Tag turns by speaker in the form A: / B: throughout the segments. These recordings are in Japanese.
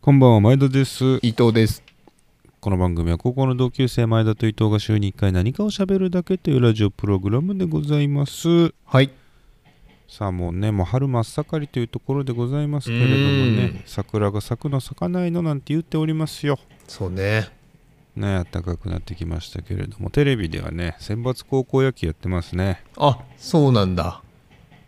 A: こんばんは、前田です。
B: 伊藤です。
A: この番組は高校の同級生前田と伊藤が週に1回何かを喋るだけというラジオプログラムでございます。
B: はい。
A: さあもうね、もう春真っ盛りというところでございますけれども
B: う
A: ね
B: ん、
A: 桜が咲くの咲かないのなんて言っておりますよ。
B: そうね。
A: ね、暖かくなってきましたけれども、テレビではね、選抜高校野球やってますね。
B: あ、そうなんだ。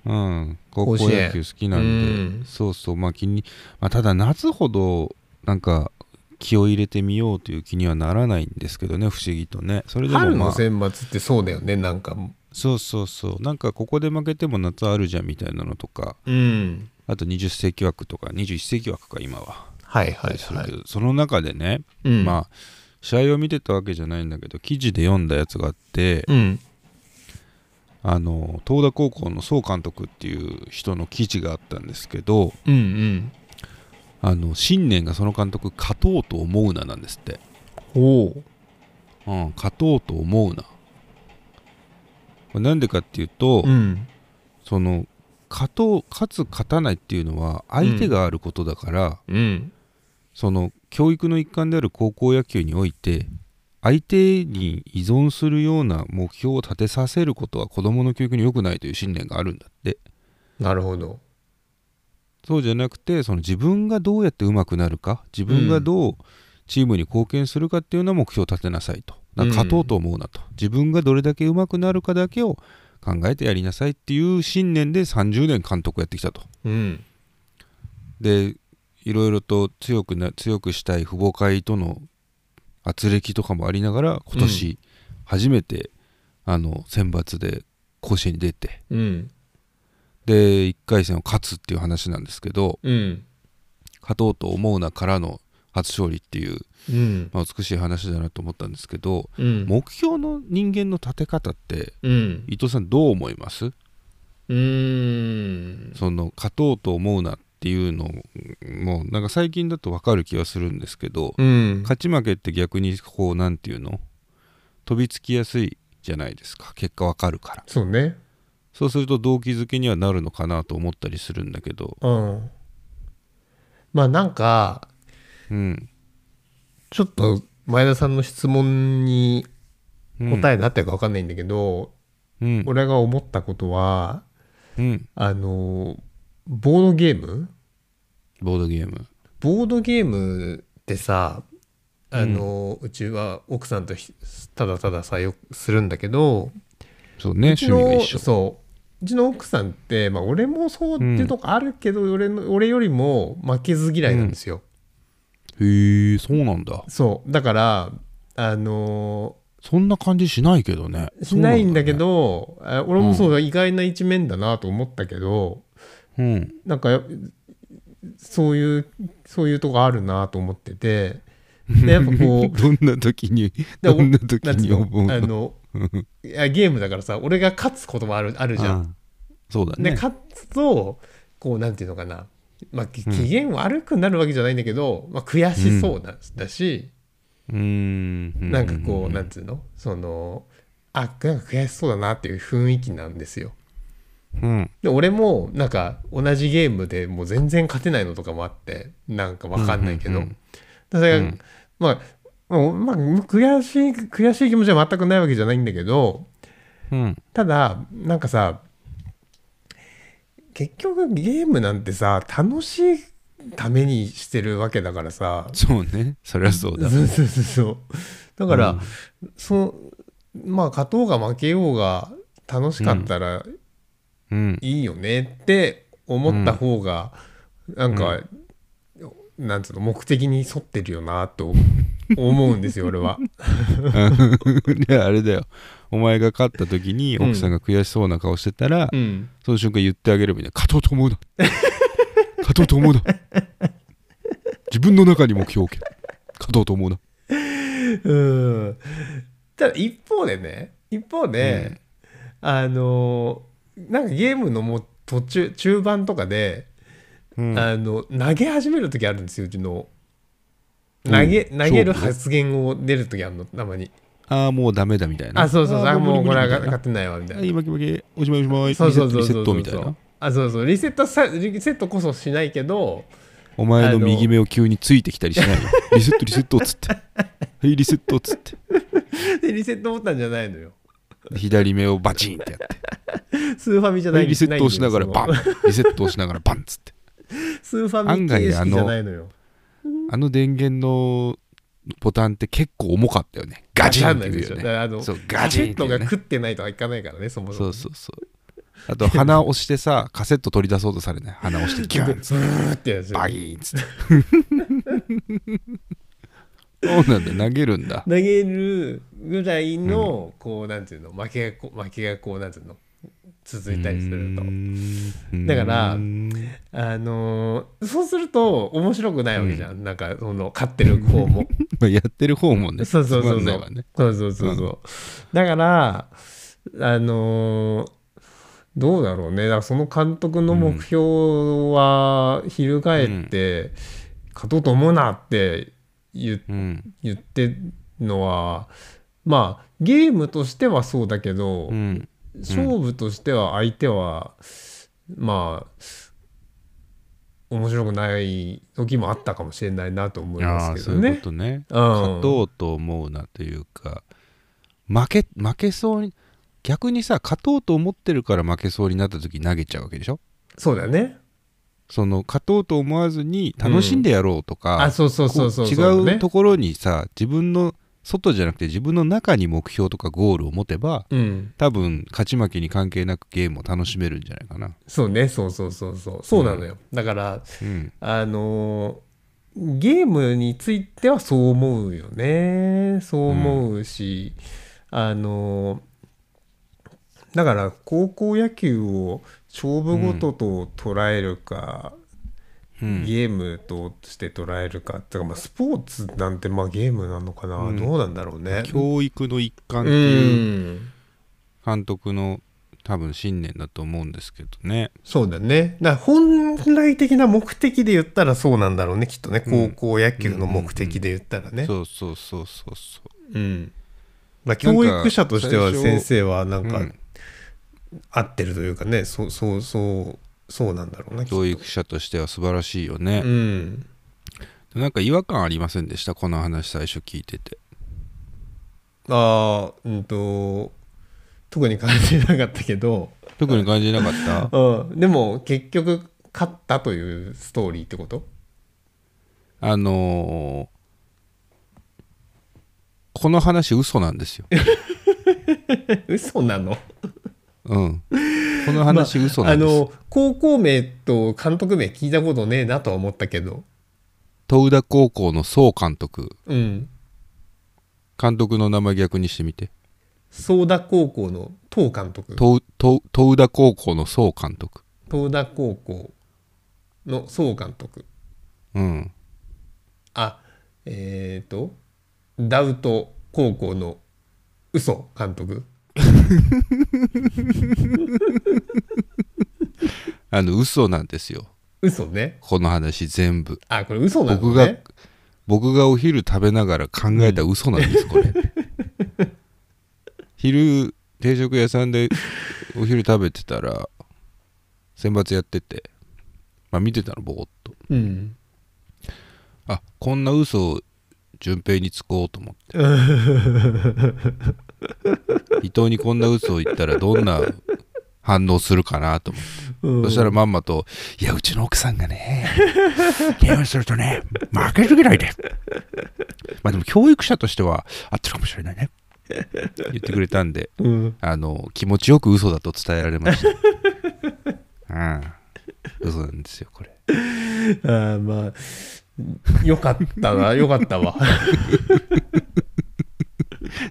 A: うん、高校
B: 甲子園
A: 野球好きなんで、
B: うん
A: そうそう、まあ気に、まあ、ただ夏ほど、なんか、気を入れてみようという気にはならないんですけどね、不思議とね。それでも、まあ、
B: 春の選抜ってそうだよね、なんか。
A: そうそうそうなんかここで負けても夏あるじゃんみたいなのとか
B: うん。
A: あと20世紀枠とか21世紀枠か今は、
B: はいはい
A: する
B: は
A: け
B: い。
A: どその中でね、
B: うん
A: まあ試合を見てたわけじゃないんだけど記事で読んだやつがあって、
B: うん。
A: あの東田高校の総監督っていう人の記事があったんですけど
B: うんうん。
A: あの信念がその監督勝とうと思うななんですって、
B: おう。
A: うん、勝とうと思うなこれなんでかっていうと、
B: うん。
A: その勝とう勝つ勝たないっていうのは相手があることだから、
B: うん。
A: その教育の一環である高校野球において相手に依存するような目標を立てさせることは子どもの教育に良くないという信念があるんだって
B: なるほど。
A: そうじゃなくてその自分がどうやって上手くなるか自分がどうチームに貢献するかっていうような目標を立てなさいとだから勝とうと思うなと、自分がどれだけ上手くなるかだけを考えてやりなさいっていう信念で30年監督をやってきたと。
B: うん。
A: でいろいろと強くな強くしたい父母会との圧力とかもありながら今年初めて、あの選抜で甲子園に出て
B: うん。
A: で1回戦を勝つっていう話なんですけど
B: うん。
A: 勝とうと思うなからの初勝利っていう、
B: うん。
A: まあ、美しい話だなと思ったんですけど
B: うん。
A: 目標の人間の立て方って
B: うん。
A: 伊藤さんどう思います
B: うーん。
A: その勝とうと思うなっていうのもなんか最近だと分かる気がするんですけど、
B: うん。
A: 勝ち負けって逆にこうなんていうの飛びつきやすいじゃないですか結果わかるから
B: そうね。
A: そうすると動機づけにはなるのかなと思ったりするんだけど
B: うん。まあなんか、
A: うん、
B: ちょっと前田さんの質問に
A: うん、
B: 答
A: え
B: えになってるか分かんないんだけど、
A: うん
B: 俺が思ったことは、
A: うん
B: あのボードゲーム
A: ボードゲーム
B: ボードゲームってさあの、うちは奥さんとひただたださよくするんだけど、
A: そうね
B: うち
A: 趣
B: の
A: 味が一緒
B: そううちの奥さんって、まあ、俺もそうっていうとこあるけど、俺の俺よりも負けず嫌いなんですよ、
A: へえそうなんだ
B: そうだからあの
A: そんな感じしないけどね
B: しないんだけ
A: そ
B: どあ俺もそうだ意外な一面だなと思ったけど、
A: うなんだね
B: なんかそういうそういうとこあるなと思って てでやっぱこ
A: うんどんな時に
B: でお
A: どんな時
B: うなんつう
A: に
B: の
A: 思う
B: あのいやゲームだからさ俺が勝つこともあるあるじゃん。
A: ああそうだ
B: で
A: ね
B: 勝つとこうなんていうのかな、まあ、き機嫌悪くなるわけじゃないんだけど、まあ、悔しそうなんだし、
A: うーん
B: なんかこうなんつうのそのあなんか悔しそうだなっていう雰囲気なんですよ。
A: うん
B: で俺もなんか同じゲームでもう全然勝てないのとかもあってなんかわかんないけ
A: う
B: ど、だ
A: んうんうん
B: からそれ
A: う
B: が
A: ん
B: まあまあ、まあ、悔しい悔しい気持ちは全くないわけじゃないんだけど
A: うん
B: ただなんかさ結局ゲームなんてさ楽しいためにしてるわけだか らさ
A: そうねそりゃそうだ
B: そうそうそうそうだから、
A: うん
B: そのまあ勝とうが負けようが楽しかったら、
A: うん
B: いいよねって思った方が、なんか、なんつうの目的に沿ってるよなと思うんですよ 俺は。
A: であれだよお前が勝った時に
B: うん
A: 奥さんが悔しそうな顔してたら、
B: うん、
A: その瞬間言ってあげればいいんだよ勝とうと思うな勝とうと思う な自分の中に目標を置け勝とうと思うな
B: うん、ただ一方でね一方で、あのなんかゲームのもう途中中盤とかで、
A: うん
B: あの投げ始める時あるんですようちの。
A: うん
B: 投げ投げる
A: 勝負
B: 発言を出る時あるのたまに。
A: ああもうダメだみたいな
B: あそうそうあ
A: ー
B: もうこれは
A: 無理無理みたいな
B: 勝てないわみたいな
A: は。い負け負けおしまいおしまい
B: そうそうそうそ
A: リ
B: う
A: セ
B: そ
A: ットリセッ
B: う
A: トみたいな
B: あそうそうリセットさリセットこそしないけど
A: お前の右目を急についてきたりしないよ。リセットリセットっつって。 はい、リセットっつって。
B: でリセットボタンじゃないのよ
A: 左目をバチンってやって。
B: スーファミじゃ
A: は
B: ない
A: い、リセットをしながら
B: ないん
A: バ
B: だよ
A: ン。リセットをしながらバンっつって。
B: そのスーファミ形式じゃないのよ
A: あの電源のボタンって結構重かったよね。ガチンって
B: ガチャンなん
A: い
B: でしょ
A: うよ
B: だか
A: ね。
B: らあの
A: そうガチンって
B: カセット
A: いう
B: が
A: ね
B: 食ってないとはいかないからねそもそ
A: そ
B: も
A: うそうそう。あと鼻押してさ、カセット取り出そうとされない。鼻押してギュ ンっつって
B: ズーってやつ
A: バギーンっつって。 そうなんだ、投げるんだ。
B: 投げるぐらいの、こうなんていうの負けがこう負けがこうなんていうの続いたりすると
A: と
B: だから
A: うん
B: あのーそうすると面白くないわけじゃん、なんかその勝ってる方も
A: まあやってる方もね、
B: そうそうそう
A: つまん
B: そ
A: ないわ
B: う、
A: ね
B: そうそうそうそうだからあのーどうだろうねだからその監督の目標は翻って、勝とうと思うなって言っ
A: うん。
B: 言ってるのはまあゲームとしてはそうだけど、
A: うん。
B: 勝負としては相手はまあ面白くない時もあったかもしれないなと思い
A: あ
B: ま
A: あ、
B: すけ
A: そ
B: ど
A: ういう
B: ね
A: こ。とね。
B: うん
A: 勝とうと思うなというか、負け、負けそうに、逆にさ、勝とうと思ってるから負けそうになった時に投げちゃうわけでしょ
B: そうだね。
A: その、勝とうと思わずに楽しんでやろうとか、
B: あそうそう
A: こ
B: そううそう
A: 違
B: ね
A: うところにさ自分の外じゃなくて自分の中に目標とかゴールを持てば
B: うん
A: 多分勝ち負けに関係なくゲームを楽しめるんじゃないかな、
B: そうねそうそうそうそうそうなのよ、だから
A: うん、
B: あのーゲームについてはそう思うよねそう思うし、あのーだから高校野球を勝負ごとと捉えるか、
A: うん
B: ゲームとして捉えるかっていうか、まあ、スポーツなんてまあゲームなのかな、
A: うん
B: どうなんだろうね。
A: 教育の一環っ
B: う
A: ていうん監督の多分信念だと思うんですけどね
B: そうだね。だから本来的な目的で言ったらそうなんだろうね、きっとね。
A: う
B: 高
A: ん
B: 校野球の目的で言ったらね。
A: そうそうそうそうそう
B: うんまあ、
A: なん
B: 教
A: か
B: 育者としては
A: 最初
B: 先生はなん
A: う
B: か
A: ん
B: 合ってるというかね、そうそうそうそうなんだろうなきっと
A: 教育者としては素晴らしいよね
B: う、ん
A: なんか違和感ありませんでしたこの話最初聞いてて
B: ああうんと特に感じなかったけど、
A: 特に感じなかった
B: うん、でも結局勝ったというストーリーってこと
A: あのーこの話嘘なんですよ。
B: え嘘なの
A: うん。この話嘘な
B: あ
A: んです。
B: の高校名と監督名聞いたことねえなとは思ったけど
A: 東田高校の総監督。
B: うん
A: 監督の名前逆にしてみて。
B: 早田高校の当監督
A: 東東東田高校の総監督。
B: 東田高校の総監督
A: うん。
B: あえっ、とダウト高校の嘘監督
A: あの、嘘なんですよ。
B: 嘘ね
A: この話全部。
B: あこれ嘘なのね
A: 僕が僕がお昼食べながら考えた嘘なんです、これ。昼、定食屋さんでお昼食べてたら、選抜やってて、まあ見てたの、ぼーっと。
B: うん
A: あこんな嘘を順平につこうと思 って伊藤にこんな嘘を言ったらどんな反応するかなと思って、
B: うん
A: そしたらまんまと「いやうちの奥さんが ね電話するとね負けず嫌いでまあでも教育者としては合ってるかもしれないね」言ってくれたんで
B: うん
A: あの気持ちよく嘘だと伝えられま したうん嘘なんですよこれ
B: あーまあよかったなよかったわ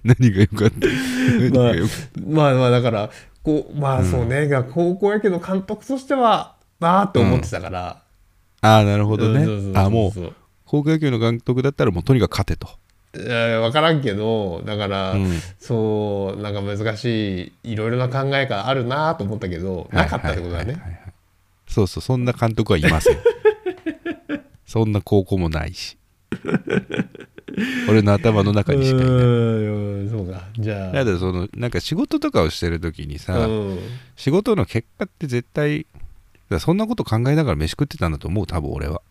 A: 何が良かった何が良かった
B: まあまあだからこうまあそうね、が高校野球の監督としてはなあと思ってたから、
A: ああなるほ
B: う
A: ど
B: んそうそうそう
A: ね
B: そう
A: あもう高校野球の監督だったらもうとにかく勝てと、
B: えーわからんけどだから、
A: うん
B: そうなんか難しいいろいろな考えがあるなと思ったけどなかったってことだね
A: はいはいはいはいそうそうそんな監督はいません そんな高校もないし俺の頭の中にしかいな
B: う
A: い
B: ーんそうかじゃあ
A: ただそのなんか仕事とかをしてる時にさ、
B: うん
A: 仕事の結果って絶対だからそんなこと考えながら飯食ってたんだと思う多分俺は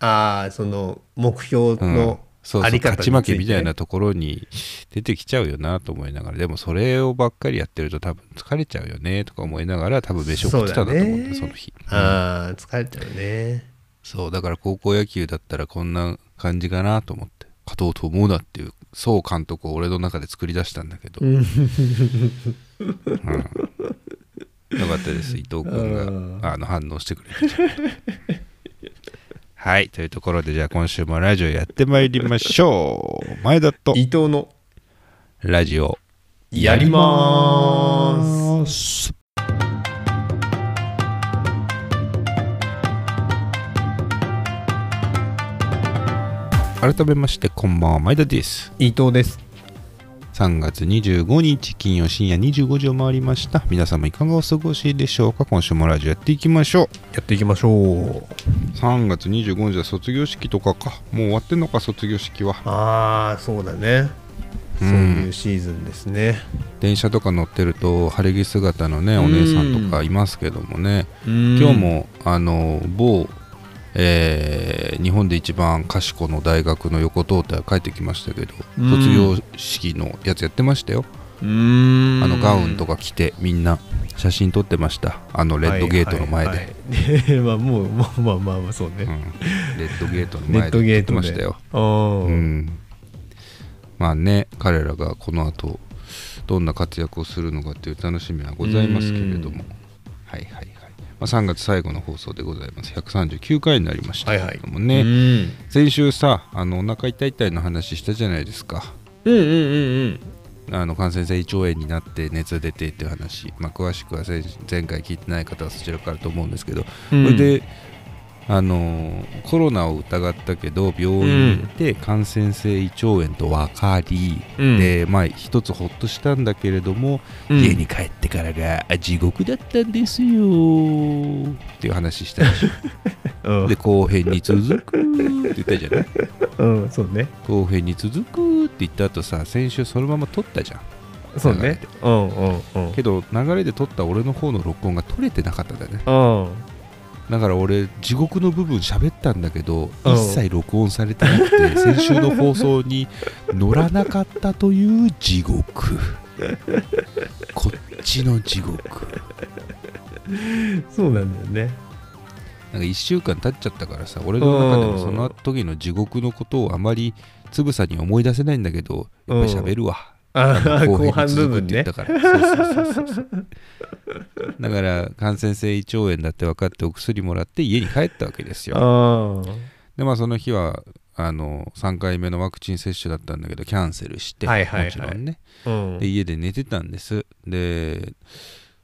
B: ああその目標
A: うん
B: の
A: そうそ
B: あ
A: う
B: り方に
A: 勝ち負けみたい
B: つい
A: なところに出てきちゃうよなと思いながらでもそれをばっかりやってると多分疲れちゃうよねとか思いながら多分飯を食ってたんだと思うんだよ
B: そうだね
A: その日、
B: ああ疲れちゃうね
A: そうだから高校野球だったらこんな感じかなと思って勝とうと思うなっていう総監督を俺の中で作り出したんだ けど、うん、よかったです伊藤君があの反応してくれてちゃんと はいというところでじゃあ今週もラジオやってまいりましょう前田と
B: 伊藤の
A: ラジオ
B: やりまーす
A: す改めましてこんばんは前田です
B: 伊藤です
A: 3月25日金曜深夜25時を回りました皆様いかがお過ごしでしょうか今週もラジオやっていきましょ
B: やっていきましょう
A: う3月25日は卒業式とかかもう終わってんのか卒業式は
B: ああそうだねそういうシーズンですね
A: 電車とか乗ってると晴れ着姿のねお姉さんとかいますけどもね、
B: 今
A: 今日もあの某、えー日本で一番賢いの大学の横通って帰ってきましたけど
B: うん
A: 卒業式のやつやってましたよ、
B: うーん
A: あのガウンとか着てみんな写真撮ってましたあのレッドゲートの前で、
B: はいはい はいまあもうまあまあまあまあそうね、
A: うんレッドゲートの
B: レッ
A: 前
B: ドゲ
A: で撮っ
B: ー
A: て
B: ト
A: ま
B: で
A: したよ、
B: あー
A: うん、まあね彼らがこの後どんな活躍をするのかっていう楽しみはございますけれどもはいはいはい、まあ、3月最後の放送でございます139回になりました
B: は
A: け
B: いは
A: れ
B: い
A: どもね、
B: うん
A: 先週さあのお腹痛い痛いの話したじゃないですか
B: うんうんうん
A: あの感染性胃腸炎になって熱出てっていう話、まあ、詳しくは先前回聞いてない方はそちらからと思うんですけど、
B: うん
A: これであのコロナを疑ったけど病院で感染性胃腸炎と分かり、
B: うん
A: でまあ一つほっとしたんだけれども、
B: うん
A: 家に帰ってからがあ地獄だったんですよっていう話したでし ょ
B: うん
A: で後編に続くって言ったじゃない
B: うんそうね
A: 後編に続くって言った後さ先週そのまま撮ったじゃん
B: そうねうんうんうん
A: けど流れで撮った俺の方の録音が撮れてなかったんだよね
B: うん
A: だから俺地獄の部分喋ったんだけど
B: うん
A: 一切録音されてなくて先週の放送に乗らなかったという地 獄こっちの地獄
B: そうなんだよね
A: なんか1週間経っちゃったからさ俺の中でもその時の地獄のことをあまりつぶさに思い出せないんだけどやっぱり喋るわ、
B: あ
A: あ
B: あ
A: の
B: 後半
A: に
B: 部
A: 続くっ
B: 分
A: て言
B: ね
A: ったからそうそうそうそうそうだから感染性胃腸炎だって分かってお薬もらって家に帰ったわけですよ
B: あ
A: でまあその日はあの3回目のワクチン接種だったんだけどキャンセルして、
B: はいはいはい
A: もちろんね
B: あうん
A: で家で寝てたんですで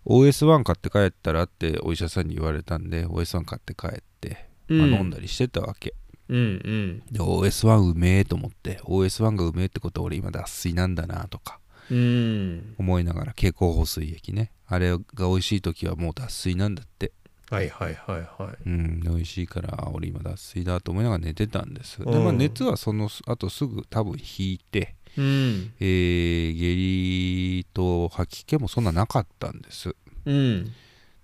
A: OS1 買って帰ったらってお医者さんに言われたんで OS1 買って帰って、まあ飲んだりしてたわけ
B: うんうん
A: で OS1 うめえと思って OS1 がうめえってことは俺今脱水なんだなとか
B: うん
A: 思いながら蛍光補水液ねあれが美味しい時はもう脱水なんだって
B: はいはいはいはい
A: うん美味しいからあ俺今脱水だと思いながら寝てたんですで、
B: うん
A: まあ、熱はそのあとすぐ多分引いて、
B: うん
A: えー下痢と吐き気もそんななかったんです
B: うん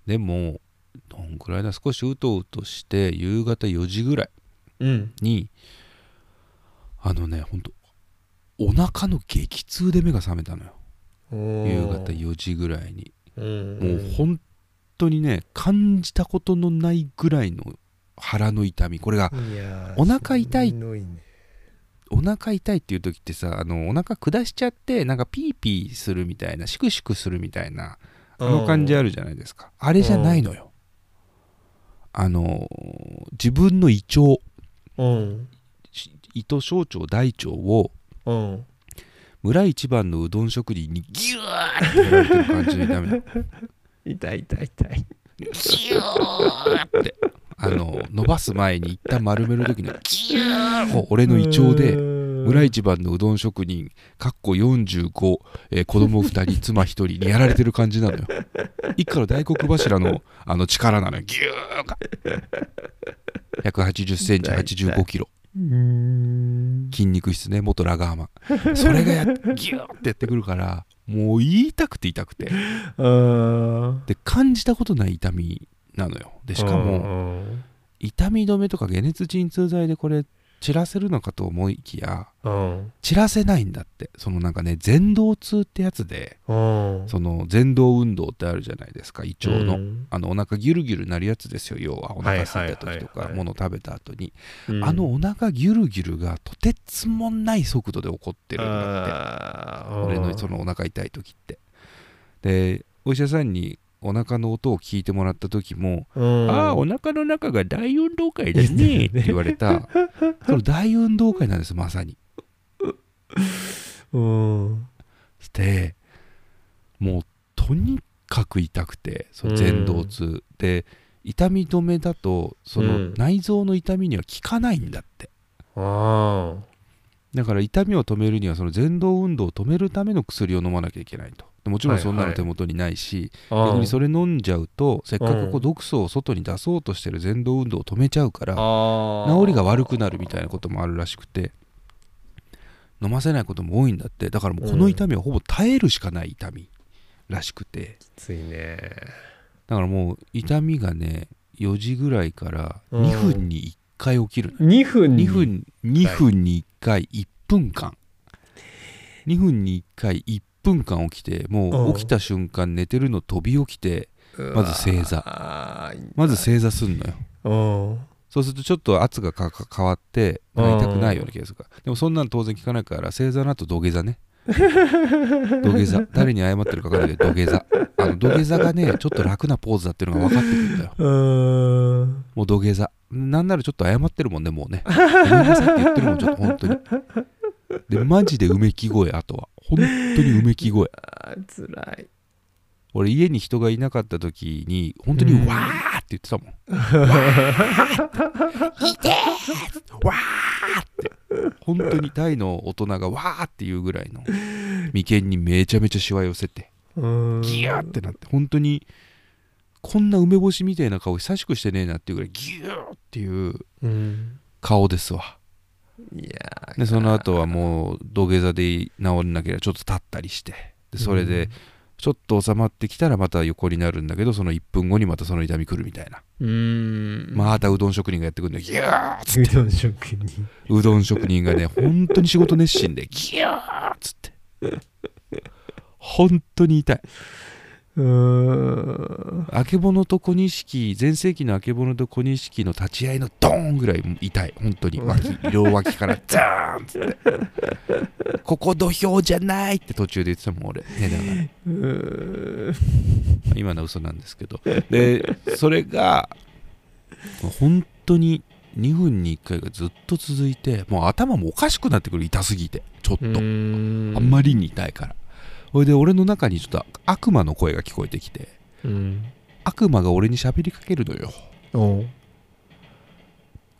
A: でもどんくらいだ少しうとうとして夕方4時ぐらい
B: うん
A: にあのねほんとお腹の激痛で目が覚めたのよ夕方4時ぐらいに
B: うん
A: もう本当にね感じたことのないぐらいの腹の痛みこれが
B: いやー
A: お腹痛い
B: しんどいね
A: お腹痛いっていう時ってさあのお腹下しちゃってなんかピーピーするみたいなシクシクするみたいなあの感じあるじゃないですかあれじゃないのよあの自分の胃腸
B: うん
A: し胃と小腸大腸を
B: うん
A: 村一番のうどん職人にギューってやられてる感じの痛みなの
B: 痛い痛い痛い
A: ギューってあの伸ばす前に一旦丸める時のギューを俺の胃腸で村
B: 村
A: 一番のうどん職人かっこ45、えー子供2人妻1人 にやられてる感じなのよ一家の大黒柱のあの力なのよギューが1 8 0ンチ8 5キロ
B: うん
A: 筋肉質ね元ラガーマンそれがやっギューってやってくるからもう痛くて痛くて
B: あー
A: で感じたことない痛みなのよでしかも
B: うん
A: 痛み止めとか解熱鎮痛剤でこれ散らせるのかと思いきや
B: うん
A: 散らせないんだってそのなんかね前動痛ってやつで
B: うん
A: その前動運動ってあるじゃないですか胃腸の、
B: うん
A: あのお腹ギュルギュルなるやつですよ要はお腹空いた時と
B: はいはいはい
A: か
B: はい
A: 物食べた後に
B: うん
A: あのお腹ギュルギュルがとてつもない速度で起こってるんだって
B: あー
A: 俺のそのお腹痛い時ってでお医者さんにお腹の音を聞いてもらった時も
B: うん
A: ああ、お腹の中が大運動会ですねって言われ た、その大運動会なんです、まさに。
B: うん
A: で、もうとにかく痛くて、その前動痛、で、痛み止めだと、そうの
B: ん
A: 内臓の痛みには効かないんだって。
B: あ
A: だから痛みを止めるには、その前動運動を止めるための薬を飲まなきゃいけないと。でもちろんそんな
B: は
A: の
B: いはい
A: 手元にないし、
B: ー
A: 逆にそれ飲んじゃうと、せっかくこ
B: う
A: うん毒素を外に出そうとしてる前動運動を止めちゃうから、
B: あー
A: 治りが悪くなるみたいなこともあるらしくて飲ませないことも多いんだってだからもうこの痛みはほぼ耐えるしかない痛みらしくて
B: きついね
A: だからもう痛みがね4時ぐらいから
B: うん
A: 2分に1回起きるのよ、
B: 2分
A: 2分2分に1回1分間2分に1回1分間起きても
B: うん
A: う起きた瞬間寝てるの飛び起きてまず正座
B: 座
A: まず正座すんのよ
B: うん
A: そうするとちょっと圧がかか変わってなんか痛くないような気がするからでもそんなの当然聞かないから正座の後土下座ね土下座誰に謝ってるか分からないけど土下座あの土下座がねちょっと楽なポーズだっていうのが分かってくるんだよ
B: うーん
A: もう土下座なんならちょっと謝ってるもんねもうねごめんなさいって言ってるもんちょっと本当にでマジでうめき声あとは本当にうめき声
B: あーつらい
A: 俺家に人がいなかった時に本当に
B: うん
A: わーって言ってたもん、わーってわーって本当にタイの大人がわーって言うぐらいの眉間にめちゃめちゃしわ寄せて
B: うーん
A: ギューってなって本当にこんな梅干しみたいな顔久しくしてねえなっていうぐらいギューっていう
B: うん
A: 顔ですわ
B: いやー
A: でその後はもう土下座で治らなければちょっと立ったりしてでそれでちょっと収まってきたらまた横になるんだけどその1分後にまたその痛み来るみたいな
B: うーん
A: またうどん職人がやってくるんでギューっつ
B: うどん職人
A: うどん職人がね本当に仕事熱心でギューっつ って本当に痛いう
B: ーん
A: あけぼのと小錦全盛期のあけぼのと小錦の立ち合いのドーンぐらい痛い本当に脇両脇から ザーンっつってここ土俵じゃないって途中で言ってたもん俺寝ながら
B: うーん
A: 今のは嘘なんですけどでそれが本当に2分に1回がずっと続いてもう頭もおかしくなってくる痛すぎてちょっと、あんまりに痛いからそれで俺の中にちょっと悪魔の声が聞こえてきて
B: うん
A: 悪魔が俺に喋りかけるのよ
B: おう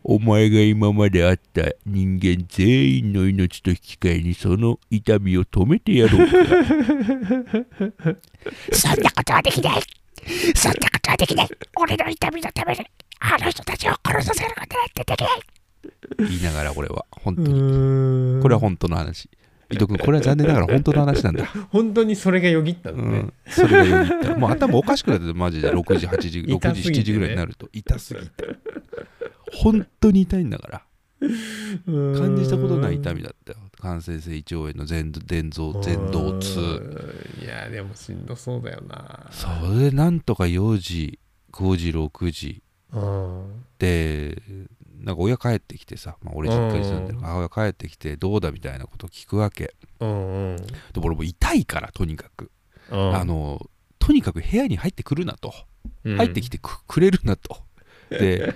A: お前が今まであった人間全員の命と引き換えにその痛みを止めてやろう
C: そんなこ
A: か
C: とはできないそんなことはできない俺の痛みのためにあの人たちを殺させることなんてできない
A: 言いながら俺は本当
B: う
A: に
B: ーん
A: これは本当の話伊藤君これは残念ながら本当の 話なんだ
B: 本当にそれがよぎったの
A: う
B: ね
A: ん、それがよぎったもう頭おかしくなっててマジで6時8時
B: 痛
A: 6時
B: すぎて
A: 7時
B: ね
A: ぐらいになると痛すぎて本当に痛いんだから感
B: 感
A: じたことない痛みだったよ感染性胃腸炎の前伝臓前動痛
B: いやでもしんどそうだよな
A: それでなんとか4時5時6時
B: うん
A: でなんか親帰ってきてさ、まあ、俺実家に住んでるから母親帰ってきてどうだみたいなこと聞くわけ
B: うんうん
A: でも俺もう痛いからとにかくあ
B: あ
A: のとにかく部屋に入ってくるなと入ってきてく,、くれるなと。で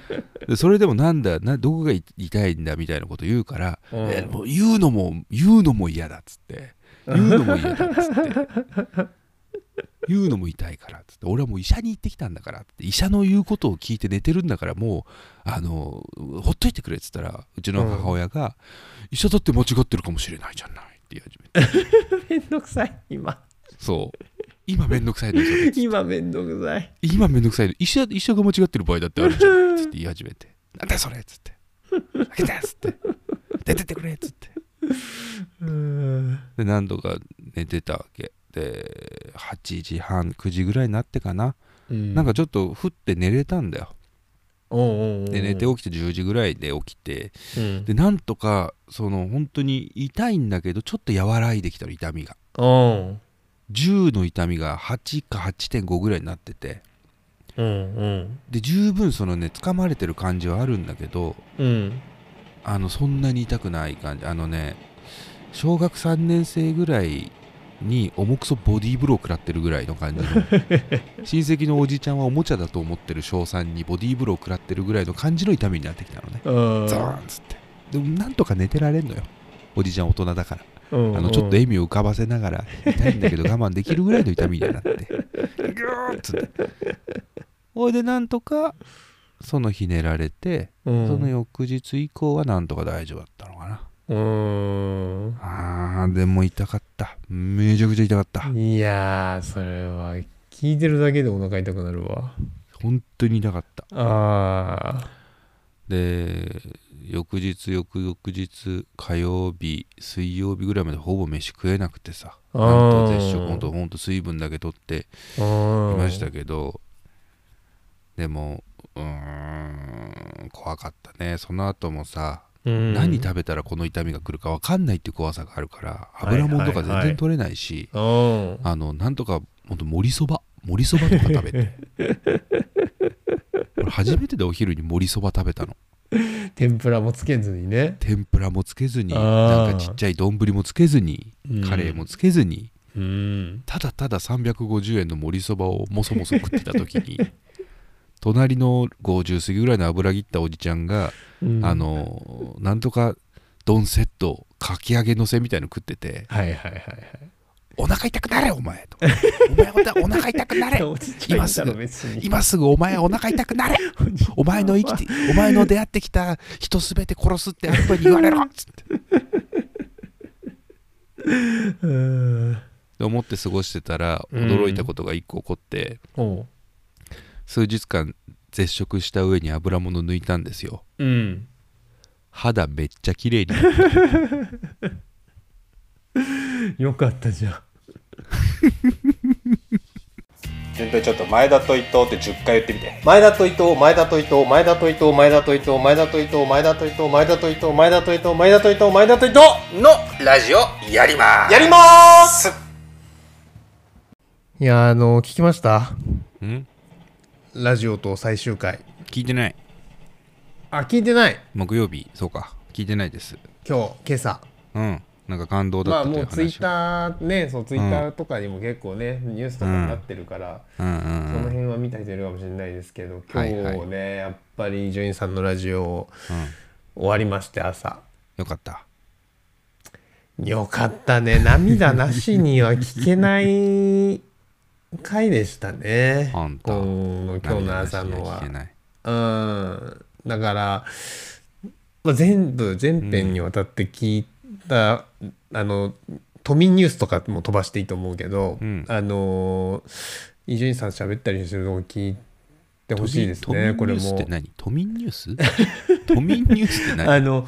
A: でそれでもなんだなどこがい痛いんだみたいなこと言うから、
B: うん
A: えもう言うのも言うのも嫌だっつって言うのも嫌だっつって 言うのも痛いからっつって俺はもう医者に行ってきたんだからって医者の言うことを聞いて寝てるんだからもうあのほっといてくれっつったらうちの母親が、医者だって間違ってるかもしれないじゃないって言い始めて
B: めんどくさい今
A: そう今めんどくさいのよそれ
B: 今めんどくさい
A: 今めんどくさいの医者医者が間違ってる場合だってあるじゃないっつって言い始めて「なんだよそれ」っつ って「開けたっつって「出てってくれ」っつって
B: うん
A: で何度か寝てたわけで8時半9時ぐらいになってかな、なんかちょっと降って寝れたんだよで寝て
B: お
A: 起きて10時ぐらいで起きて
B: うん
A: でなんとかその本当に痛いんだけどちょっと和らいできたの痛みが
B: うん
A: 10の痛みが8か8.5ぐらいになってて
B: うんうん
A: で十分そのね掴まれてる感じはあるんだけど
B: うん
A: あのそんなに痛くない感じあのね小学3年生ぐらいに重くそボディーブロー食らってるぐらいの感じの親戚のおじちゃんはおもちゃだと思ってる小3にボディーブロー食らってるぐらいの感じの痛みになってきたのねザーンっつってでもなんとか寝てられんのよおじちゃん大人だからあ
B: あ
A: のちょっと笑みを浮かばせながら痛いんだけど我慢できるぐらいの痛みになってグーッつってほいでなんとかその日寝られて
B: そ
A: その翌日以降はなんとか大丈夫だったのかな
B: うん
A: あーでも痛かっためちゃくちゃ痛かった
B: いやーそれは聞いてるだけでお腹痛くなるわ
A: 本当に痛かった
B: あ
A: で翌日翌々日火曜日水曜日ぐらいまでほぼ飯食えなくてさ
B: あ
A: なんと絶食ほんとほんと水分だけ取って
B: あうん
A: いましたけど、でもうーん怖かったねその後もさ、
B: うん
A: 何食べたらこの痛みが来るか分かんないっていう怖さがあるから
B: い
A: 油もんとか全然取れないし、
B: うん
A: あのなんとかほんと盛りそば盛りそばとか食べ て俺初めてでお昼に盛りそば食べたの
B: 天ぷらもつけずにね
A: 天ぷらもつけずに
B: あー
A: なんかちっちゃい丼もつけずに
B: うん
A: カレーもつけずに、
B: うん
A: ただただ350円の盛りそばをもそもそ食ってた時 に隣の50過ぎぐらいの油切ったおじちゃんが、
B: うん
A: あのなんとか丼セットかき揚げのせみたいの食ってて
B: はいはいはいはい
A: 「お腹痛くなれお前」 と「お前おたお腹痛くなれ
B: おじちゃんいたの別 に
A: 今すぐお前お腹痛くな れお前の生きてお前の出会ってきた人すべて殺すってアップに言われろ」 っつって
B: うん
A: 思って過ごしてたら
B: うん
A: 驚いたことが一個起こって
B: おう
A: 数日間絶食した上に油物抜いたんですよ
B: うん
A: 肌めっちゃ綺麗になった
B: よかったじゃん
D: 全体ちょっと前田と伊藤って10回言ってみて
B: 前田と伊藤、前田と伊藤、前田と伊藤、前田と伊藤、前田と伊藤、前田と伊藤、前田と伊藤、前田と伊藤、前田と伊藤、前田と伊藤
D: のラジオやります
B: やりまーすいやー、あのー、聞きました
A: ん
B: ラジオと最終回。
A: 聞いてない
B: あ、聞いてない
A: 木曜日そうか聞いてないです
B: 今日、今朝。
A: うんなんか感動だ
B: ま
A: っ
B: あ
A: たとい
B: も
A: う
B: うツイ
A: 話
B: ッ
A: を、
B: ターね、そう、ツイッターとかにも結構ね、ニュースとかになってるから、
A: うん
B: そうの
A: んうん
B: 辺は見た人いるかもしれないですけど、今日ね、
A: はい
B: やっぱり伊集院さんのラジオ
A: うん
B: 終わりまして、朝。
A: よかった
B: よかったね。涙なしには聞けない回でした ね。
A: ほん
B: ことの今日の朝のは
A: 涙なしに聞け。ない
B: うん。だから、まあ、全部、全編にわたって聞いた、あの、都民ニュースとかも飛ばしていいと思うけど、
A: うん
B: あの、伊集院さん喋ったりするのを聞いてほしいです
A: 都
B: ね、
A: 民
B: こ
A: ニ
B: れ
A: ュースって
B: も。
A: 何都民ニュース 都民ニュースって
B: あ
A: 何
B: の、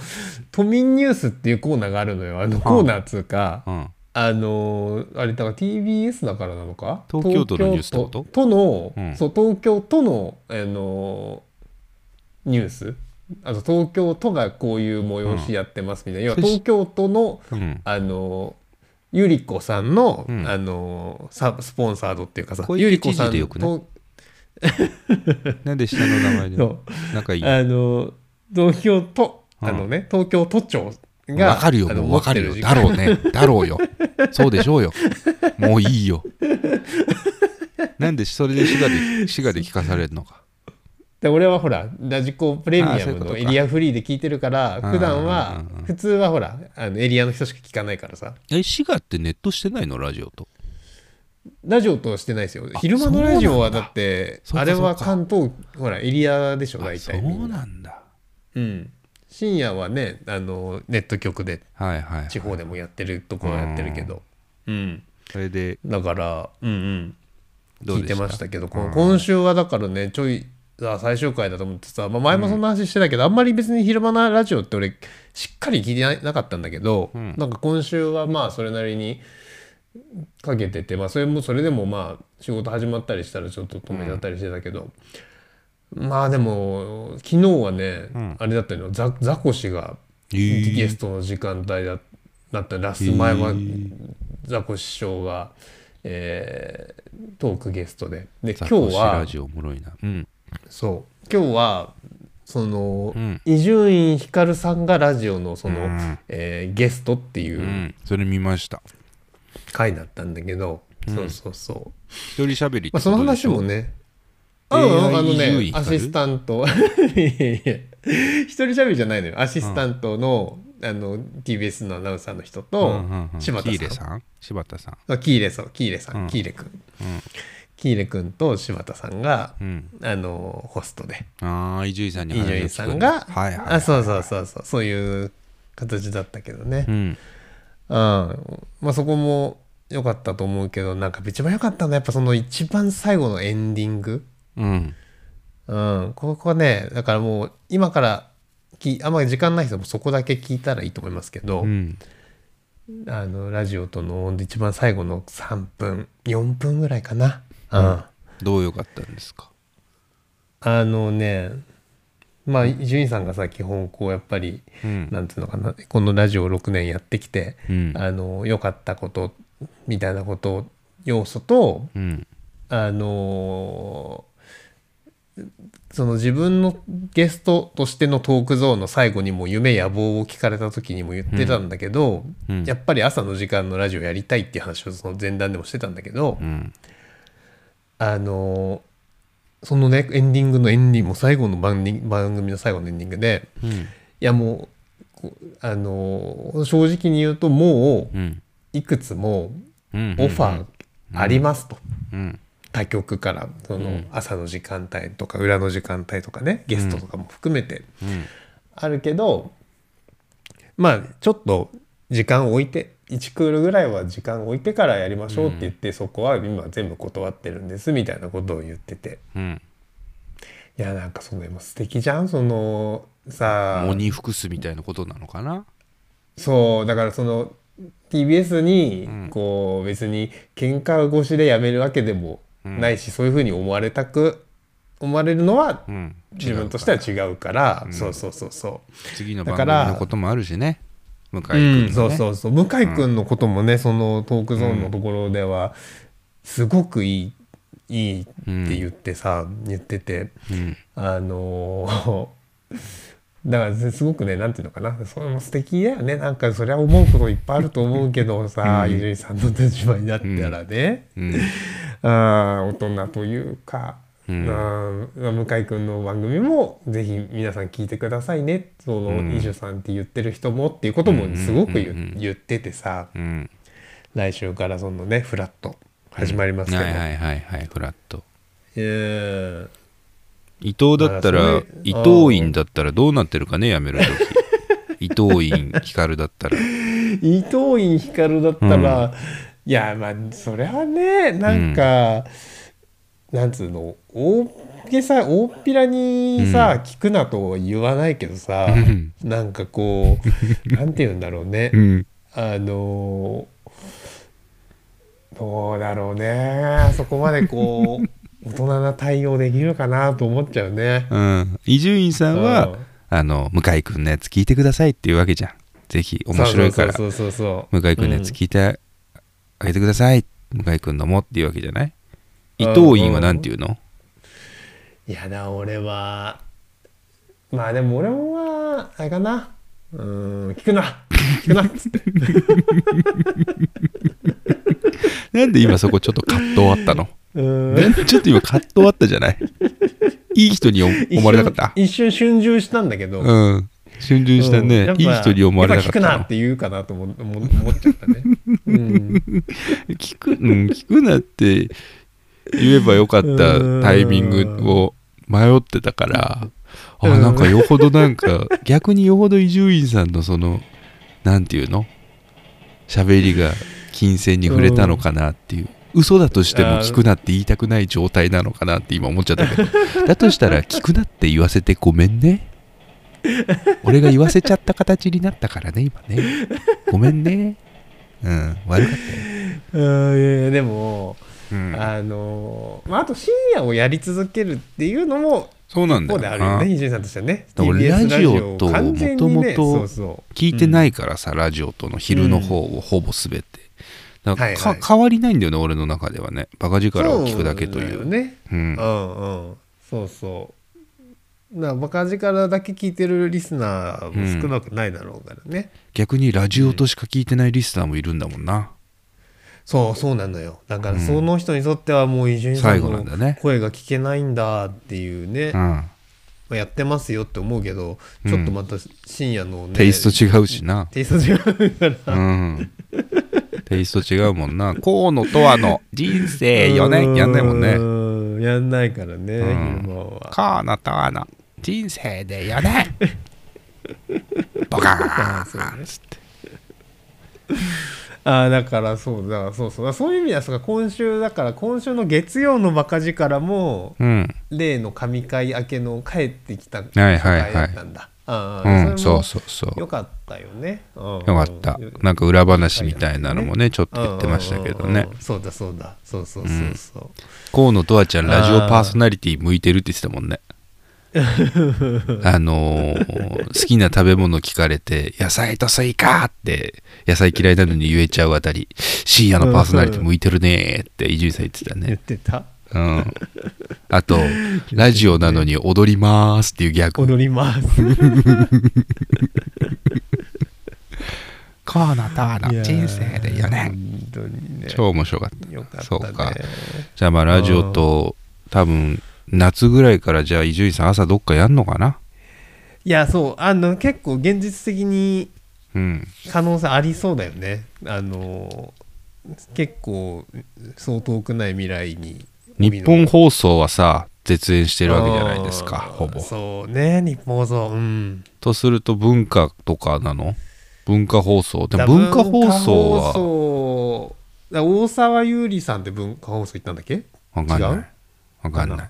B: 都民ニュースっていうコーナーがあるのよ。あのコーナーつうか、
A: うん
B: あのーあれだから TBS だからなのか
A: 東京都のニュースってこと
B: 東京都の、
A: うん
B: そう東京都の、あのーニュースあと東京都がこういう催しやってますみたいな、要は
A: それし
B: 東京都の、
A: うん
B: あのーゆりこさんの、
A: うん
B: あのーサスポンサードっていうかさ
A: 小池
B: ゆりこさ
A: 知
B: ん
A: 事でよくね
B: と
A: なんで下の名前で
B: そう
A: 仲いい
B: あのー東京都、
A: うん
B: あのね東京都庁が
A: わかるよ
B: あの
A: もうわかる
B: 持
A: よ
B: って
A: だろうねだろうよそうでしょうよもういい よなんでそれで滋賀で滋賀で聞かされるのか
B: で俺はほらラジコプレミ
A: あー
B: ア
A: そうい
B: ム
A: うこと
B: の
A: か
B: エリアフリーで聞いてるから
A: うん
B: 普段は
A: うんうんうん
B: 普通はほらあのエリアの人しか聞かないからさ
A: え滋賀ってネットしてないのラジオと
B: ラジオとしてないですよ
A: あ
B: 昼間のラジオ
A: そうなん
B: は
A: だ
B: だって
A: そうか
B: あれは
A: そうか
B: 関東ほらエリアでしょ
A: あ
B: 大
A: そ
B: 体み
A: うん
B: な
A: なんだ
B: うん深夜はねあのネット局で
A: はいはいはい
B: 地方でもやってるところはやってるけどうん
A: それで
B: だからうんうん
A: どう
B: 聞い
A: で
B: て
A: した
B: ましたけどこの今週はだからねちょいあ最終回だと思ってさ、まあ、前もそんな話してたけど、あんまり別に昼間のラジオって俺しっかり聞いてななかったんだけど、
A: ん
B: なんか今週はまあそれなりにかけてて、まあ、それもそれでもまあ仕事始まったりしたらちょっと止めちゃったりしてたけど、まあでも昨日はね、
A: うん
B: あれだったのよザザコシが
A: え
B: ゲ
A: ー
B: ストの時間帯だだったラス、
A: えー
B: 前はザコシ師匠が、えートークゲストでで今
A: ザ
B: 日
A: コシラ
B: は
A: ジオおもろいな。うん。
B: そう今日はその
A: うん
B: 伊集院光さんがラジオのその、
A: うん。
B: えーゲストっていううん
A: それ見ました。
B: 回だったんだけど、
A: うん
B: そうそうそう
A: 一人喋りって
B: ま
A: こ
B: あ、その
A: とでし
B: 話
A: ょ
B: もね、
A: AI
B: うんあの
A: 伊集院
B: ね、ア
A: 光
B: シスタント、 いやいやいや一人喋りじゃないのよ、アシスタントの,、あの TBS のアナウンサーの人と、
A: うんうんうん
B: 柴田
A: 喜
B: さ
A: 入
B: ん
A: さん柴田さん。
B: あキーレそう、キーレさん、
A: うん
B: キーレくん、
A: うん
B: キーレくんと柴田さんが、
A: うん。
B: あのホストで、
A: ああ、伊集院さんに
B: 伊集院さんが、
A: はいはい。
B: あそうそうそうそう、そういう形だったけどね、
A: うん。
B: うんまあ、そこも良かったと思うけど、なんか一番良かったのは、やっぱその一番最後のエンディング。
A: うん。
B: うん、ここね、だからもう今からき、あんまり時間ない人もそこだけ聞いたらいいと思いますけど、
A: うん。
B: あの、ラジオとの一番最後の3分、4分ぐらいかな。うん。
A: どうよかったんですか。
B: あのね、まあ、伊集院さんがさ、基本こう、やっぱり、
A: うん。
B: なんていうのかな、このラジオを6年やってきて、
A: うん。
B: あの、良かったこと、みたいなこと、要素と、
A: うん。
B: あのーその自分のゲストとしてのトークゾーンの最後にも夢野望を聞かれた時にも言ってたんだけど、
A: うん
B: やっぱり朝の時間のラジオやりたいっていう話をその前段でもしてたんだけど、
A: うん。
B: あのーそのねエンディングのエンディングも最後の番に番組の最後のエンディングで
A: うん。
B: いやもうこうあのー正直に言うともう
A: うん。
B: いくつも
A: うん。
B: オファーありますと。
A: うん。
B: 他局からその朝の時間帯とか裏の時間帯とかねゲストとかも含めて
A: うん。
B: あるけどまあちょっと時間を置いて1クールぐらいは時間を置いてからやりましょうって言ってそこは今全部断ってるんですみたいなことを言ってて
A: うん。
B: いやなんかその今素敵じゃんそのさあ
A: 鬼服すみたいなことなのかな。
B: そうだからその TBS にこう別に喧嘩越しでやめるわけでもないしそういうふうに思われたく思われるのは
A: うん。
B: 自分としては違うからそうそうそうそう、
A: 次の
B: だ
A: 番
B: か
A: 組
B: ら
A: のこともあるしね。向井君のね。
B: そうそうそう向井君のこともね、そのトークゾーンのところではすごくいいいいって言ってさ、言ってて
A: うん。
B: あのー だからすごくねなんていうのかなそれも素敵だよねなんかそりゃ思うこといっぱいあると思うけどさ、ゆりさんの立場になったらね、
A: うん。
B: あー大人というか、
A: うん
B: うん向井君の番組もぜひ皆さん聞いてくださいねその
A: うん
B: 伊集、さんって言ってる人もっていうこともすごく言,、
A: うんうんうん
B: 言っててさ
A: うん。
B: 来週からそのねフラット始まりますけど、
A: はいはいはいはい。フラット。
B: え
A: 伊藤だった
B: ま
A: ら
B: あそれ
A: 伊藤院だったらどうなってるかねやめる時伊藤院光だったら
B: ー伊藤院光だったら、いやまあそれはねなんか、なんつうの大げさ大っぴらにさ、聞くなとは言わないけどさ、
A: ん
B: なんかこ うなんて言うんだろうね、
A: うん
B: あのーどうだろうねそこまで こう大人な対応できるかなと思っちゃうね。
A: うん伊集院さん
B: う
A: は
B: ん
A: あの向井君のやつ聞いてくださいっていうわけじゃんぜひ面白いから
B: そうそうそうそう
A: 向井君のやつ聞いてあげてください、向井君のもっていうわけじゃない伊
B: うん
A: 藤院はなんていうの
B: いやだ俺はまあでも俺はあれかなうーん聞くな聞 くなっつって
A: なんで今そこちょっと葛藤あったの
B: うーん
A: なんでちょっと今葛藤あったじゃ ないいい人に思思われなかった
B: 一瞬一瞬春秋したんだけど、
A: うん春巡したね、
B: うん
A: いい人に思われなかった
B: や
A: の
B: っぱ聞くなって言うかなと思思思っちゃっ たね、うん、
A: 聞く、うん、聞くなって言えばよかったタイミングを迷ってたから、あ、
B: うん
A: なんかよほどなんか、 逆によほど伊集院さんのその、なんていうの喋りが金銭に触れたのかなっていう。嘘だとしても
B: あー
A: 聞くなって言いたくない状態なのかなって今思っちゃったけど だとしたら聞くなって言わせてごめんね俺が言わせちゃった形になったからね今ねごめんねうん悪かったよ
B: うんいやいやでも
A: うん
B: あのまあ、あと深夜をやり続けるっていうのも
A: そうなんだ
B: こ
A: よ
B: うである
A: な
B: よね伊集院さんとしてはね
A: だから
B: TBS
A: ラジオと
B: ラジオを完全にね
A: 元々
B: そうそ
A: 聞いてないからさ、ラジオとの昼の方をほぼ全てだからか、
B: はいはい
A: 変わりないんだよね俺の中ではねバカ
B: う
A: 力を聞くだけとい
B: そううだよね
A: うん
B: うんうんそうそうなバカ力だけ聞いてるリスナーも少なくないだろうからね、
A: 逆にラジオとしか聞いてないリスナーもいるんだもんな、
B: そうそうなのよだからその人にとってはもう伊集院さん
A: 最後なん
B: の
A: だね
B: 声が聞けないんだっていうね、
A: う
B: ま
A: ん、
B: あやってますよって思うけど
A: うん
B: ちょっとまた深夜のね、
A: テイスト違うしな、
B: テイスト違うから
A: うん、テイスト違うもんな河野とはの人生よねやんないもんね
B: ねやんないからね、
A: うん
B: 昼間は
A: 河野とはの人生でよ ねボカーンつって
B: ああだからそうだそうそうそういう意味ではそうか今週だから今週の月曜のバカ力も
A: うん
B: 例の神会明けの帰ってきた
A: は
B: 会
A: いはいはい
B: だったんだ。あ
A: う
B: あ
A: ん、そう
B: う
A: そうそう
B: よかったよね。よ
A: よかった。なんか裏話みたいなのもね、ちょっと言ってましたけどね。
B: そうだそうだ。そうそうそうそう。
A: 河野とわちゃん、ラジオパーソナリティ向いてるって言ってたもんね。あのー好きな食べ物聞かれて、野菜とスイカって、野菜嫌いなのに言えちゃうあたり、深夜のパーソナリティ向いてるねーって伊集院さん言ってた
B: 言っ
A: ね。
B: てた
A: うん。あと、ラジオなのに踊りまーすっていうギャグ。
B: 踊ります。
A: 河野とわの人生でよ
B: いや
A: ね。
B: 本当にね。
A: 超面白かった。
B: よかった、ね。
A: そうかじゃあまあラジオと多分夏ぐらいからじゃあ伊集院さん朝どっかやんのかない
B: やそうあの結構現実的に
A: うん
B: 可能性ありそうだよね。あの結構そう遠くない未来に
A: 日本放送はさ絶縁してるわけじゃないですか
B: う
A: ほ
B: ん
A: ぼ
B: そうね日本放送うん
A: とすると文化とかなの文化放送でも文化放送
B: 文化
A: は
B: 放送だ大沢優里さんって文化放送行ったんだっけ、
A: わかん
B: 違
A: な
B: う
A: いわかんない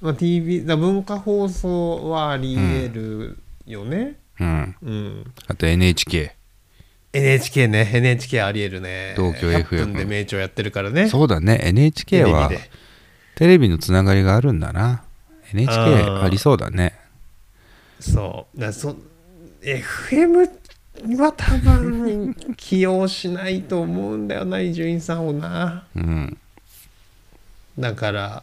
B: まあ、TV だ文化放送はありえるよね、
A: うん
B: うん
A: あと NHK
B: NHK ね NHK ありえるね
A: 東京 FM
B: 100分で名著やってるからね
A: そうだね NHK
B: テレビ
A: は
B: で
A: テレビのつながりがあるんだな NHK ありそうだね
B: そうだそ FM は多分起用しないと思うんだよな伊集院さんをな
A: うん
B: だから、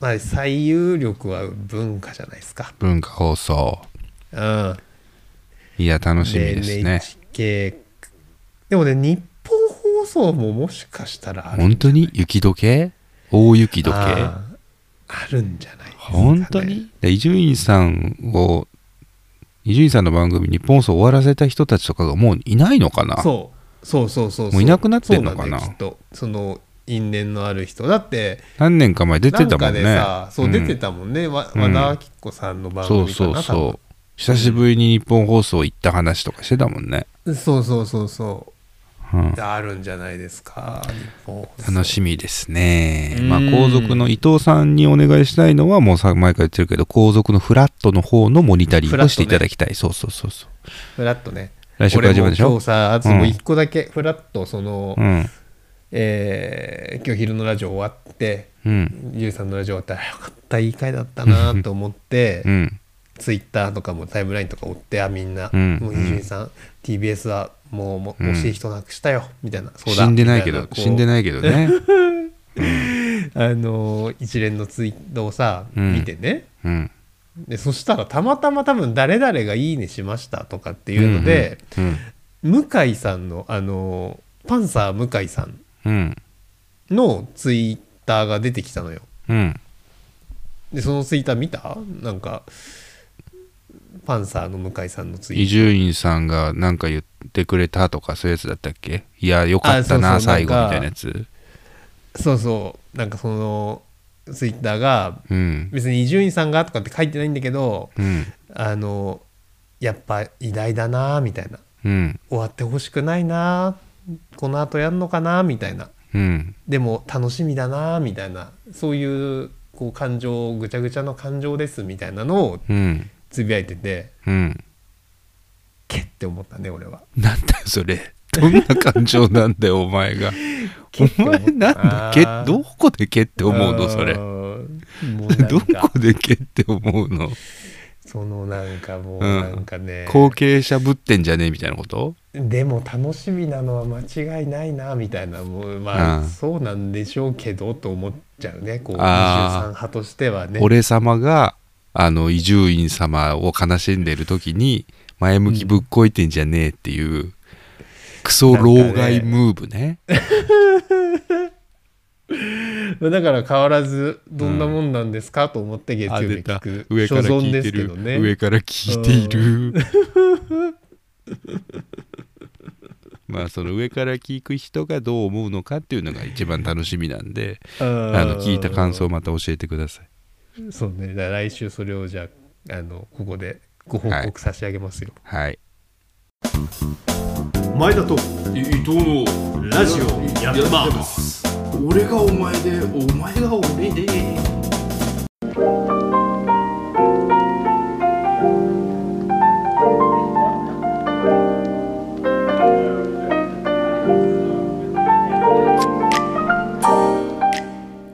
B: まあ、最有力は文化じゃないですか。
A: 文化放送
B: うん。
A: いや楽しみですね
B: NHK。でもね、日本放送ももしかしたらある
A: 本当に雪時計大雪時計
B: あーあるんじゃないですか、ね。
A: 本当にで伊集院さんを伊集院さんの番組日本放送終わらせた人たちとかがもういないのかな
B: そうそうそうそうそう。
A: もういなくなってんのかな
B: そうなんだよきっと。その因縁のある人。だって、
A: 何年か前出てたもんね
B: なんかでさ、そううん出てたもんね。わ
A: うん
B: 和田アキ子さんの番
A: そう
B: 組か
A: そ
B: な、
A: うそう久しぶりに日本放送行った話とかしてたもんね、
B: う。そうそうそうそう。
A: うん、
B: あるんじゃないですか。日本放送
A: 楽しみですね、
B: うん
A: まあ、後続の伊藤さんにお願いしたいのはもうさ前から言ってるけど後続のフラットの方のモニタリングをしていただきたい、そうそうそうそう
B: フラットね。
A: 来週から始まるでしょ
B: 俺も今日さ、あともう一個だけ、フラット、その、
A: うん
B: えー今日昼のラジオ終わって、
A: うん
B: ゆうさんのラジオ終わったら、よかった、いい回だったなと思って、
A: うん
B: ツイッターとかもタイムラインとか追って、あ、みんな、
A: うん
B: もう伊集院さん、TBS はもうも、
A: うん
B: 惜しい人なくしたよ、みたいな、そうだ
A: 死んでないけど
B: みた
A: 死んで
B: い
A: ないけど ね
B: な。こうあのー一連のツイートをさ、
A: うん
B: 見てね。
A: うん
B: でそしたらたまたま多分誰々が「いいね」しましたとかっていうので、
A: うん
B: 向井さんのあのパンサー向井さん
A: うん
B: のツイッターが出てきたのよ
A: うん
B: でそのツイッター見たなんかパンサーの向井さんのツイ
A: 伊
B: ート
A: 集院さんが何か言ってくれたとかそういうやつだったっけいやよかったな
B: あそうそう
A: 最後
B: なん
A: み
B: か
A: たいなやつ
B: そうそうなんかそのツイッターが
A: うん
B: 別に伊集院さんがとかって書いてないんだけど
A: うん
B: あのやっぱ偉大だなみたいな
A: うん
B: 終わってほしくないなこの後やんのかなみたいな
A: うん
B: でも楽しみだなみたいなそういうこう感情ぐちゃぐちゃの感情ですみたいなのを
A: うん
B: つぶやいてて
A: うん
B: けって思ったね俺は
A: なんだよそれどんな感情なんだよお前がお前なんだけ
B: あー
A: どこでけって思うのそれ
B: あーもうなん
A: ど
B: か
A: こでけって思うの
B: そのなんか
A: う
B: もう
A: ん
B: なんかね、
A: 後継者ぶってんじゃねえみたいなこと
B: でも楽しみなのは間違いないなみたいなもうま
A: う
B: あ
A: ん
B: そうなんでしょうけどと思っちゃうねこう23
A: あー
B: 派としてはね
A: 俺様があの伊集院様を悲しんでる時に前向きぶっこいてんじゃねえっていう、クソ老害ムーブね
B: だから変わらずどんなもんなんですか、と思って月
A: あ
B: 曜日
A: 出た
B: 聞く
A: 上
B: 所
A: から聞
B: 存で
A: いて
B: すけ
A: る
B: ど、ね
A: 上から聞いている まあその上から聞く人がどう思うのかっていうのが一番楽しみなんであ
B: あ
A: の聞いた感想をまた教えてください
B: そうねだから来週それをじゃああのここでご報告差し上げますよ、
A: はい
E: 前田と伊藤のラジオやってます俺がお前でお前が俺で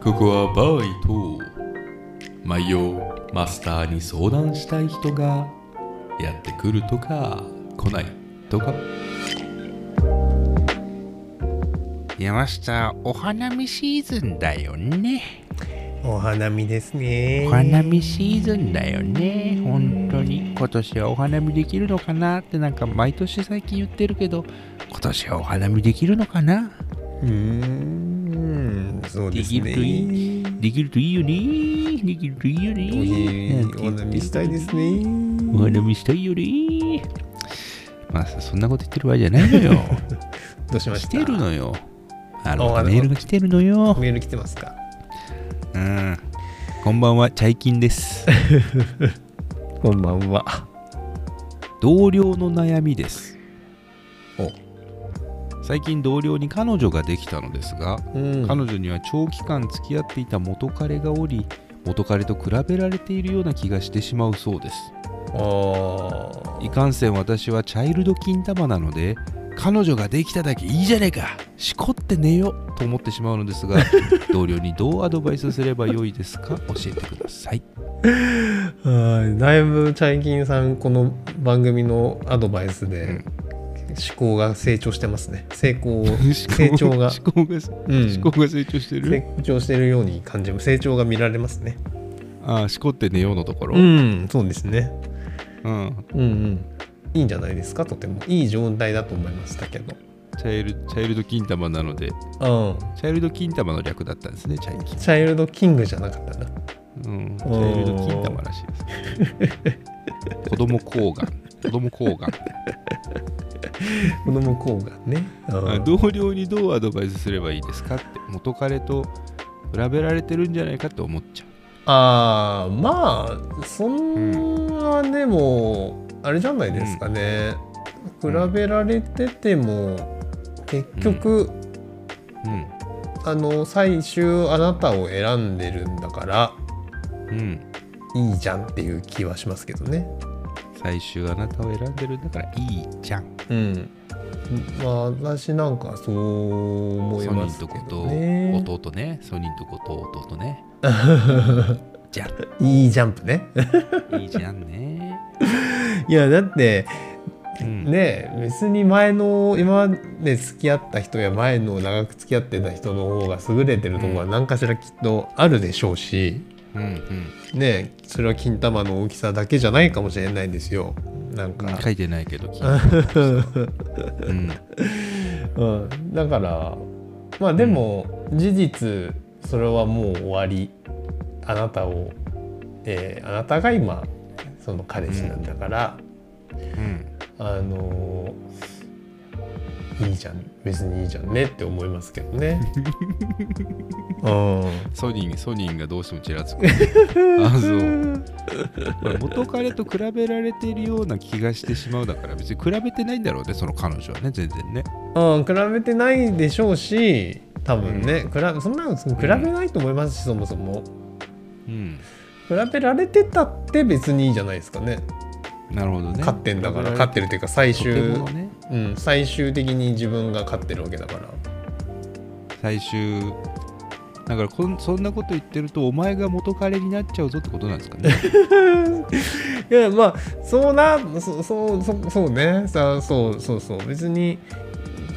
F: ここはバーイと毎夜マスターに相談したい人がやってくるとか来ないとか
C: 山下、お花見シーズンだよね。
B: お花見ですね
C: お花見シーズンだよね。本当に。今年はお花見できるのかなってなんか毎年最近言ってるけど、今年はお花見できるのかな
B: うーんそうですね
C: できるといできるといいよね。できるといいよ
B: おい
C: ね。なんて
B: お
C: 言って
B: 花見したいですね
C: お花見したいよね。まあそんなこと言ってる場合じゃないの よ。
B: どうしまし
C: したてるのよ。あの
B: あ
C: メールが来てるのよ。
B: メール来てますか
A: うんこんばんはチャイキン です
B: こんばんは
A: 同僚の悩みです
B: お
A: 最近同僚に彼女ができたのですが、
B: うん
A: 彼女には長期間付き合っていた元彼がおり元彼と比べられているような気がしてしまうそうです
B: あ
A: いかんせん私はチャイルド金玉なので彼女ができただけいいじゃねえかしこって寝よと思ってしまうの ですが同僚にどうアドバイスすればよいですか教えてください
B: ーはいだいぶチャイキンさんこの番組のアドバイスで思考が成長してますね成功成長が
A: 思考が
B: うん
A: 思考が成長してる、
B: 成長してるように感じる成長が見られますね
A: ああしこって寝ようのところ、
B: うんそうですね
A: うん
B: うんうんいいんじゃないですかとてもいい状態だと思いましたけど
A: チャイルチャイルド金玉なので
B: うん
A: チャイルド金玉の略だったんですねチャイキン
B: チャイルドキングじゃなかったな
A: うん、チャイルド金玉らしい です。子供抗がん、子供抗がん。
B: 子供抗がねうん
A: あ同僚にどうアドバイスすればいいですかって、元彼と比べられてるんじゃないかって思っちゃ
B: ああまあそんなでも、あれじゃないですかね、
A: うん
B: 比べられてても結局、
A: う。
B: あの最終あなたを選んでるんだから
A: うん、うん。
B: いいじゃんっていう気はしますけどね
A: 最終あなたを選んでるんだからいいじゃん。
B: うんまあ私なんかそう思い
A: ソニ
B: ま
A: ー
B: す
A: と
B: け
A: こ
B: どね
A: と弟ね、ソニーとこと弟ね。 じゃ
B: いいジャンプね
A: ん、いいじゃんね。
B: いやだって
A: うん、
B: ねえ別に前の今まで付き合った人や前の長く付き合ってた人の方が優れてるところは何かしらきっとあるでしょうし、
A: うん、うん。
B: ねえそれは金玉の大きさだけじゃないかもしれないですよなんか、
A: 書いてないけ ど、聞いたうん、
B: うん、だからまあでも事実それはもう終わりあなたを、えーあなたが今その彼氏なんだから、
A: うん。
B: あのーいいじゃん別にいいじゃんねって思いますけど ね。うん
A: ソニー、ソニーがどうしてもちら つく。あ、そう。これ元彼と比べられているような気がしてしまうだから別に比べてないんだろうねその彼女はね全然ね
B: うん、比べてないでしょうし多分ね、くらそんなの比べないと思いますし、そもそも
A: うん
B: 比べられてたって別にいいじゃないですかね
A: なるほどね
B: 勝ってんだから勝って
A: る
B: るというか最終
A: ね
B: うん、最終的に自分が勝ってるわけだから
A: 最終だからこんそんなこと言ってるとお前が元彼になっちゃうぞってことなんですか ね
B: いやまあそうなそそうそそうねさそうそうそう別に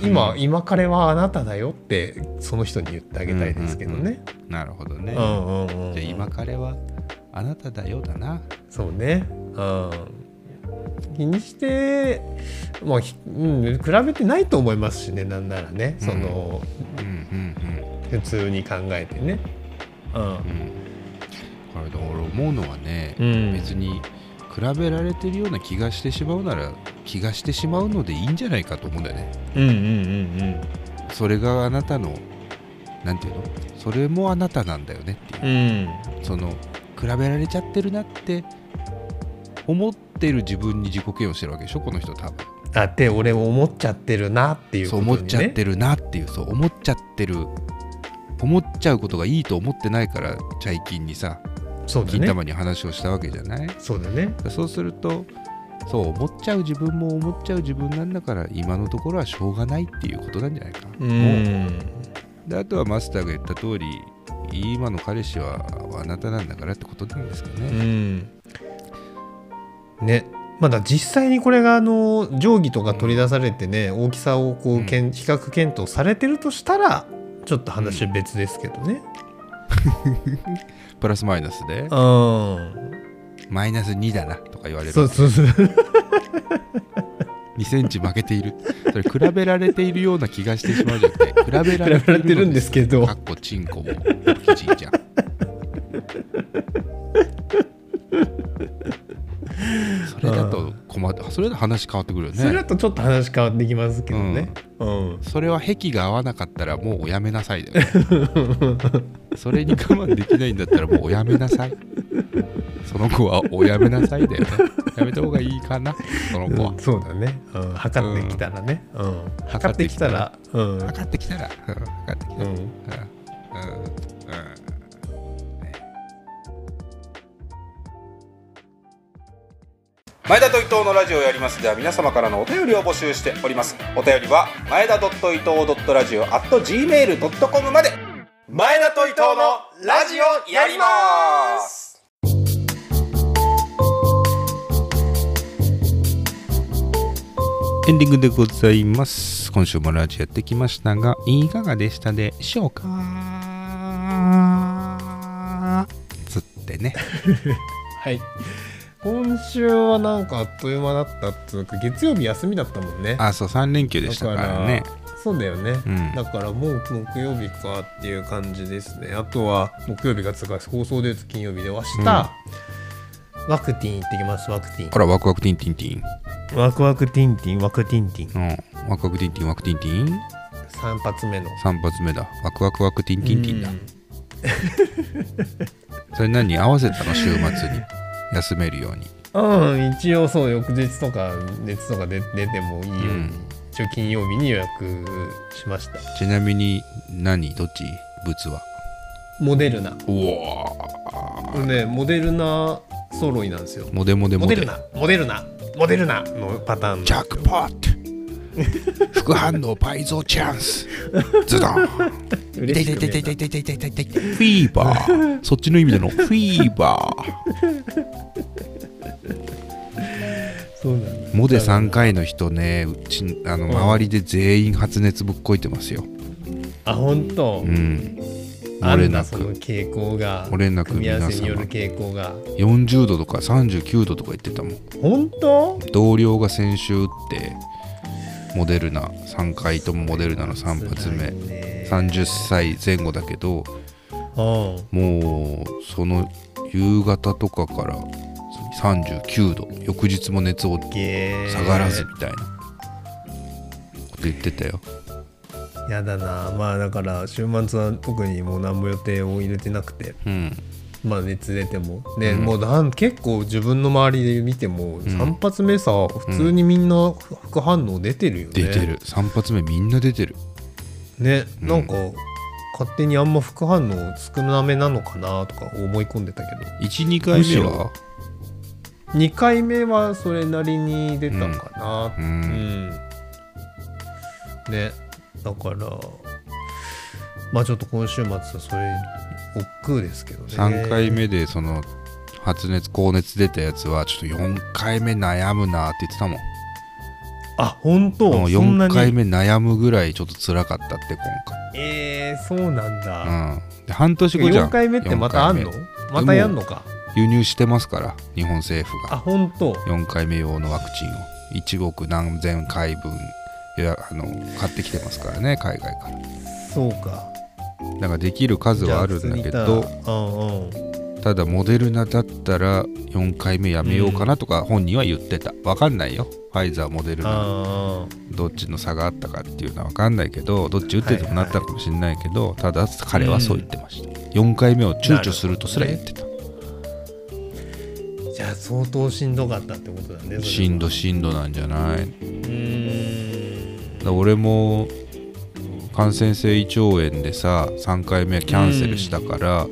B: 今、今彼はあなただよってその人に言ってあげたいですけどね。
A: なるほどね、
B: うんうんうんうん
A: じゃあ今彼はあなただよだな
B: そうね。うん。気にして、まあ、ひうん、比べてないと思いますしね、なんならね、その、
A: うんうん
B: 普通に考えてね。
A: うんうんこれだから思うのはね、
B: うん。
A: 別に比べられてるような気がしてしまうなら気がしてしまうのでいいんじゃないかと思うんだよね
B: うんうんうんうん。
A: それがあなたのなんていうのそれもあなたなんだよねっていう
B: うん。
A: その比べられちゃってるなって思ってる自分に自己嫌悪してるわけでしょこの人多分
B: だって俺思っちゃってるなっていう
A: そ
B: こ
A: う
B: とに、
A: 思
B: ね、
A: っちゃってるなっていうそう思っちゃってる思っちゃうことがいいと思ってないからチャイキンにさ
B: そうだ
A: 金
B: ね
A: 玉に話をしたわけじゃない
B: そうだね
A: そうするとそう思っちゃう自分も思っちゃう自分なんだから今のところはしょうがないっていうことなんじゃないか、
B: うん
A: であとはマスターが言った通り今の彼氏はあなたなんだからってことなんですか
B: う
A: ね、
B: んねまだ実際にこれがあの定規とか取り出されてね大きさをこうけん比較検討されてるとしたらちょっと話は別ですけどね
A: プラスマイナスで
B: うん
A: マイナス2だなとか言われる
B: そうそうそう
A: 2センチ負けているそれ比べられているような気がしてしまうじゃなく て比べられ
B: 比べられて
A: て
B: る
A: るん
B: んで
A: ですす
B: け
A: け
B: ど
A: どかっこチンコもおじい ちゃんそれだと困るそれだと話変わってくるよね
B: それだとちょっと話変わってきますけどねうん
A: それは癖が合わなかったらもうおやめなさいだよねそれに我慢できないんだったらもうおやめなさいその子はおやめなさいだよねやめた方がいいかなその子は
B: うんそうだね、うん、測ってきたらね、うん、測
A: 測
B: っ
A: ってて
B: き
A: き
B: た
A: た
B: ら
A: ら、
B: うん、
A: 測ってきたらうん測ってきたら
B: うん、
A: うんうんうん
D: 前田と伊藤のラジオをやりますでは皆様からのお便りを募集しておりますお便りは前田伊藤ラジオ at gmail.com まで前田と伊藤のラジオやります
A: エンディングでございます。今週もラジオやってきましたが、いかがでしたでしょうかつってね。
B: はい今週はなんかあっという間だったっつうか月曜日休みだったもんね
A: あ、そう、3連休で
B: だ
A: したからね。
B: そうだよね、
A: うん
B: だからもう木曜日かっていう感じですねあとは木曜日がつうか放送で言うと金曜日で明日、ワクティン行ってきますワクティ
A: あら、ワクワクティンティンティン。
B: ンワクワクティンティンワクティンティン
A: うん。ワクワクティンティン、ワクティンティン。
B: 3発目の
A: 3発目だ。ワクワクワクティンティンティンだ
B: うん。
A: それ何合わせたの週末に。休めるように。
B: うん、一応そう翌日とか熱とか出出てもいいように、
A: うん
B: 一応金曜日に予約しました
A: ちなみに何、どっち物は。
B: モデルナ
A: お
B: これねモデルナ揃いなんですよ
A: モデモデ
B: モ
A: モ
B: デ
A: デ。
B: ルナモデルナモデルナのパターン
A: ジャックポッ ト副反応倍増チャンスズドン
B: 嬉しくねえな
A: フィーバ ーそっちの意味でのフィーバー
B: そうなんだ
A: モデ3回の人ねうちあの周りで全員発熱ぶっこいてますよ
B: あ本当、
A: うん
B: あ
A: 漏れ
B: るな
A: な
B: その
A: く
B: 傾向が
A: 漏れなく
B: 組み合わ
A: 皆
B: せによる
A: 様
B: 傾向が
A: 40度とか39度とか言ってたもん
B: 本当
A: 同僚が先週打ってモデルナ3回ともモデルナの3発目30歳前後だけど
B: うん
A: もうその夕方とかから39度翌日も熱を
B: ゲー
A: 下がらずみたいなこと言ってたよ、
B: やだなまあだから週末は特にもう何も予定を入れてなくて
A: うん、
B: まあ熱出てもね、もうなん結構自分の周りで見ても3発目さ、普通にみんな副反応出てるよね
A: 出てる3発目みんな出てる
B: ね
A: うん
B: なんか、勝手にあんま副反応少なめなのかなとか思い込んでたけど
A: 12回目は
B: 2回目はそれなりに出たかな
A: う
B: う
A: ん、
B: んねだからまあちょっと今週末はそれ億劫ですけどね
A: 3回目でその発熱高熱出たやつはちょっと4回目悩むなって言ってたもん
B: あ本当
A: もう
B: そんな
A: 4
B: に
A: 回目悩むぐらいちょっと辛かったって今
B: えー、そうなんだ、
A: 回うんで半年
B: て
A: 後
B: か
A: じゃん
B: 4回目ってまたあんの
A: 四回
B: またやんのか
A: 目輸入してますから日本政府
B: あ
A: が
B: 本当
A: 4回目用のワクチンを1億何千回分いやあの買ってきてますからね海外から
B: そうか
A: だからできる数はあるんだけど
B: じゃあ普通にいたうんうん
A: ただモデルナだったら4回目やめようかなとか本人は言ってた分かんないよファイザーモデルナ
B: あー
A: どっちの差があったかっていうのは分かんないけどどっち打っててもなったかもしれないけど、ただ彼はそう言ってました、4回目を躊躇するとすら言ってた、
B: じゃあ相当しんどかったってことだねそれは
A: しんどしんどなんじゃないう
B: ーん
A: だ俺も感染性胃腸炎でさ3回目キャンセルしたから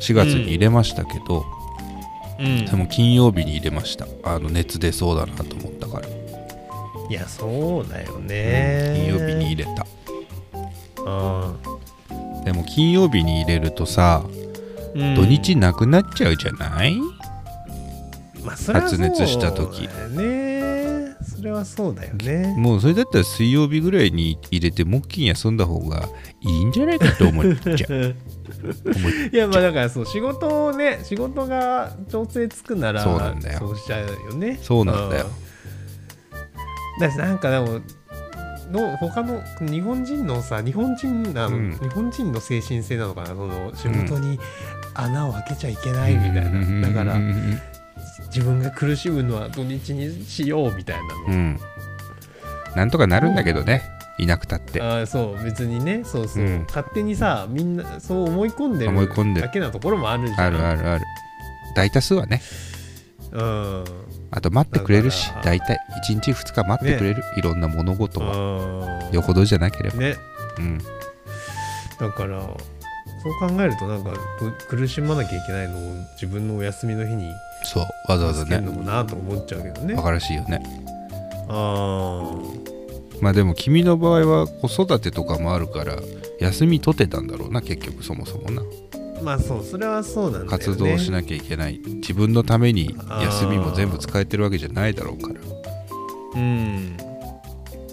A: 4月に入れましたけど、
B: うん
A: でも金曜日に入れましたあの熱出そうだなと思ったから、
B: いやそうだよね
A: 金曜日に入れた
B: あ
A: でも金曜日に入れるとさ
B: ーうん
A: 土日なくなっちゃうじゃない、
B: まあそれはそうだよね
A: 発熱した時
B: それはそうだよね
A: もうそれだったら水曜日ぐらいに入れて木金休んだ方がいいんじゃないかと思っちゃ う
B: いやまあだからそう仕事をね仕事が調整つくなら
A: そうなんだよ
B: そうしちゃうよね
A: そうなんだよ
B: うんだしなんかでもの他の日本人のさ日本人な、
A: うん
B: 日本人の精神性なのかなその仕事に穴を開けちゃいけないみたいな、だから
A: うん
B: 自分が苦しむのは土日にしようみたいなの、
A: うんなんとかなるんだけどねいなくたって
B: あーそう別にねそうそう、
A: うん
B: 勝手にさみんなそう思い込んで
A: 思い込んで
B: る
A: る
B: だけなところもあるじゃん
A: あるあるある大多数はね
B: うん
A: あと待ってくれるし
B: だから
A: 大体1日2日待ってくれる、いろんな物事は
B: うん
A: よほどじゃなければ、
B: ね
A: うん、
B: だからそう考えるとなんかぶ苦しまなきゃいけないのを自分のお休みの日に
A: そうわざわざ
B: つける
A: ね
B: のもなと思っちゃうけどね
A: バカらしいよね
B: あ
A: まあでも君の場合は子育てとかもあるから休み取ってたんだろうな結局そもそもな
B: あまあそうそれはそうなんだよね
A: 活動し
B: い
A: なきゃいけない自分のために休みも全部使えてるわけじゃないだろうから
B: うん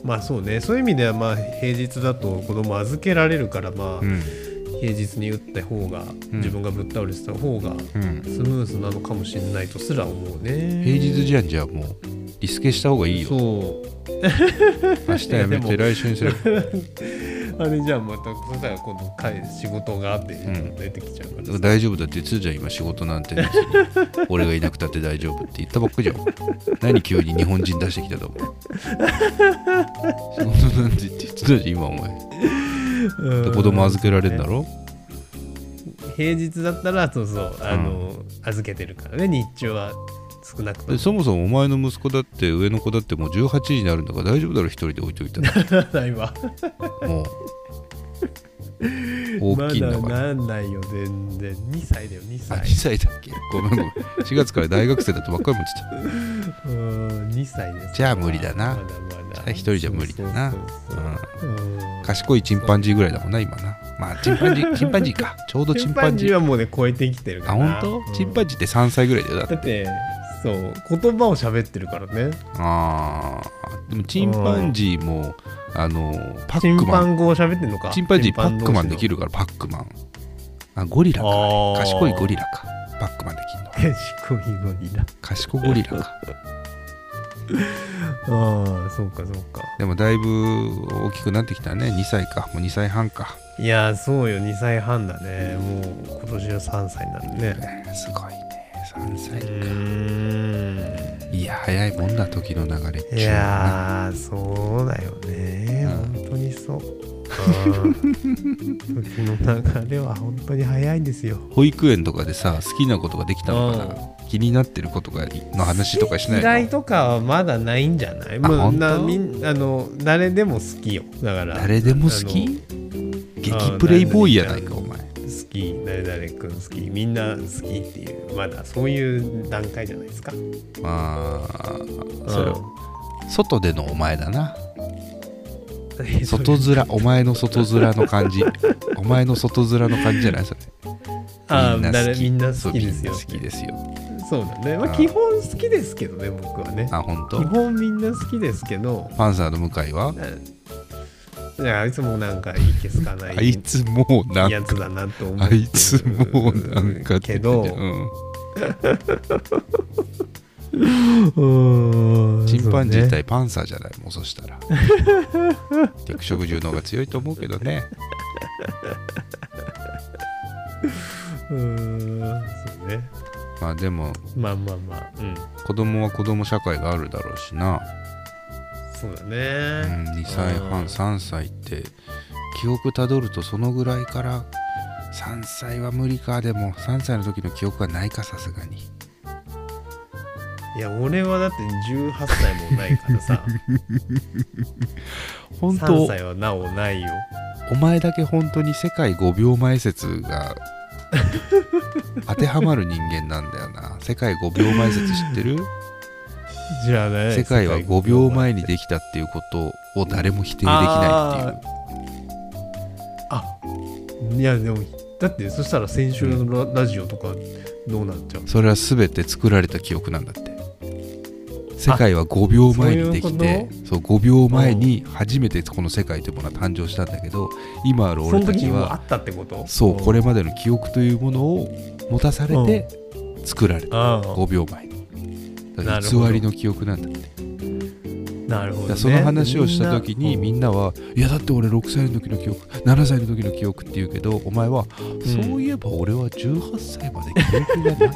B: まあそうねそういう意味ではまあ平日だと子供預けられるからまあ、
A: うん
B: 平日に打った方が、
A: ん
B: 自分がぶっ倒れてた方が
A: うん
B: スムーズなのかもしれないとすら思うね
A: 平日じゃんじゃあもうリスケした方がいいよ
B: そう
A: 明日やめ
B: いやで
A: て
B: も
A: 来週にする
B: あれじゃあまたそしたら今度帰仕事があって出てきちゃうから さ、
A: 大丈夫だって言ってたじゃん今仕事なんて別に俺がいなくたって大丈夫って言ったばっかじゃん何急に日本人出してきたと思う仕事なんて言って言ってたじゃん今お前
B: うん
A: 子供預けられるんだろ
B: 平日だったらそうそうあの、預けてるからね日中は少なくと
A: で
B: も
A: そもそもお前の息子だって上の子だってもう18時になるんだから大丈夫だろ一人で置いといたら
B: ないわ
A: もう 大きいんだか
B: ま
A: ら、
B: だなんないよ全然2歳だよ2
A: あ
B: 歳
A: 2歳だっけごめんごめん4月から大学生だとばっかり思ってた
B: うん2歳です
A: じゃあ無理だな
B: まだまだ
A: 一人じゃ無理だな
B: そうそうそううん
A: 賢いチンパンジーぐらいだもんな今なまあチンパンジー チンパンジーかちょうどチ
B: チ
A: ン
B: ン
A: パ
B: パ
A: ン
B: ン
A: ジ
B: ジ
A: ー
B: ーはもうね超えてきてるか
A: あ
B: ら
A: 本当、
B: うん
A: チンパンジーって3歳ぐらいだよだって
B: だってそう言葉を喋ってるからね
A: あーでもチンパンジーもあのパ
B: チ
A: ッ
B: ン
A: クマ
B: パ
A: ン
B: ン語を喋ってるのか
A: チンパンジーパックマンでき
B: る
A: るからパックマンあゴリラか
B: あー
A: 賢いゴリラかパックマンできるの
B: 賢い語にだ
A: 賢ゴリラか
B: ああ そうかそうか
A: でもだいぶ大きくなってきたね2歳かもう2歳半か
B: いやーそうよ2歳半だねもう今年は3歳になるね
A: えーすごいね3
B: う
A: 歳
B: ーん
A: いや早いもんだ時の流れっちゅうの
B: い
A: は
B: やーそうだよね
A: うん
B: 本当にそううん時の流れは本当に早いんですよ
A: な保育園とかでさ好きなことができたのか
B: う
A: な気になってることがの話とかしない
B: 嫌
A: の
B: いとかはまだないんじゃない
A: あ
B: もうな
A: 本当
B: みんあの誰でも好きよだから
A: 誰でも好
B: あ
A: き
B: あ
A: 激
B: の
A: プレイボーイやないかお前
B: の好き誰々くん好きみんな好きっていうまだそういう段階じゃないですか
A: まあそれ
B: うん
A: 外でのお前だな
B: 人それ
A: 外面お前の外面の感 じお前の外面の感じじゃないそれ
B: ああ
A: みんな好き
B: みんな
A: そ
B: 好
A: う
B: き
A: みん
B: です
A: な
B: よ
A: 好きですよ
B: そうだね、ま
A: あ
B: あ、
A: ー
B: 基本好きですけどね僕はね
A: あ本当
B: 基本みんな好きですけど
A: パンサーの向井は
B: うんいやあいつもなんかいけすかな
A: あい
B: い
A: つもうなん
B: や
A: か
B: つだなと思っ
A: あ
B: てる
A: いつもうなんかって
B: けど
A: うん
B: うん
A: チンパンジー
B: そうね
A: 対パンサーじゃないもうそした ら肉食獣の方が強いと思うけどね
B: うんそうね
A: まあでも
B: まあまあまあうん
A: 子供は子供社会があるだろうしな、
B: そうだ
A: うん、
B: ね
A: 2歳半
B: うん
A: 3歳って記憶たどるとそのぐらいから3歳は無理かでも3歳の時の記憶はないかさすがに
B: いや俺はだって18歳もないからさ
A: 本
B: 3
A: 当
B: 歳はなおないよ
A: お前だけ本当に世界5秒前説 が当てはまる人間なんだよな世界5秒前説知ってる
B: じゃあね
A: 世界は5秒前にできたっていうことを誰も否定できないっていう
B: あいやでもだってそしたら先週のララジオとかどうなっちゃう
A: それは全て作られた記憶なんだって世界は5秒前にでき
B: そういう
A: てそう5秒前に初めてこの世界というものは誕生したんだけど今ある
B: そ
A: 俺
B: の
A: た
B: 時
A: ち
B: にもうあ
A: は
B: ったってこと
A: そうこれまでの記憶というものを持たされて作られた
B: ああ
A: 5秒前にだから
B: なるほど
A: 偽りの記憶なんだって
B: なるほど、
A: だから
B: ね、
A: その話をした時にみ
B: な
A: な
B: ん
A: は「いやだって俺6歳の時の記憶7歳の時の記憶」って言うけどお前は「そういえば俺は18歳まで記憶がないんだ」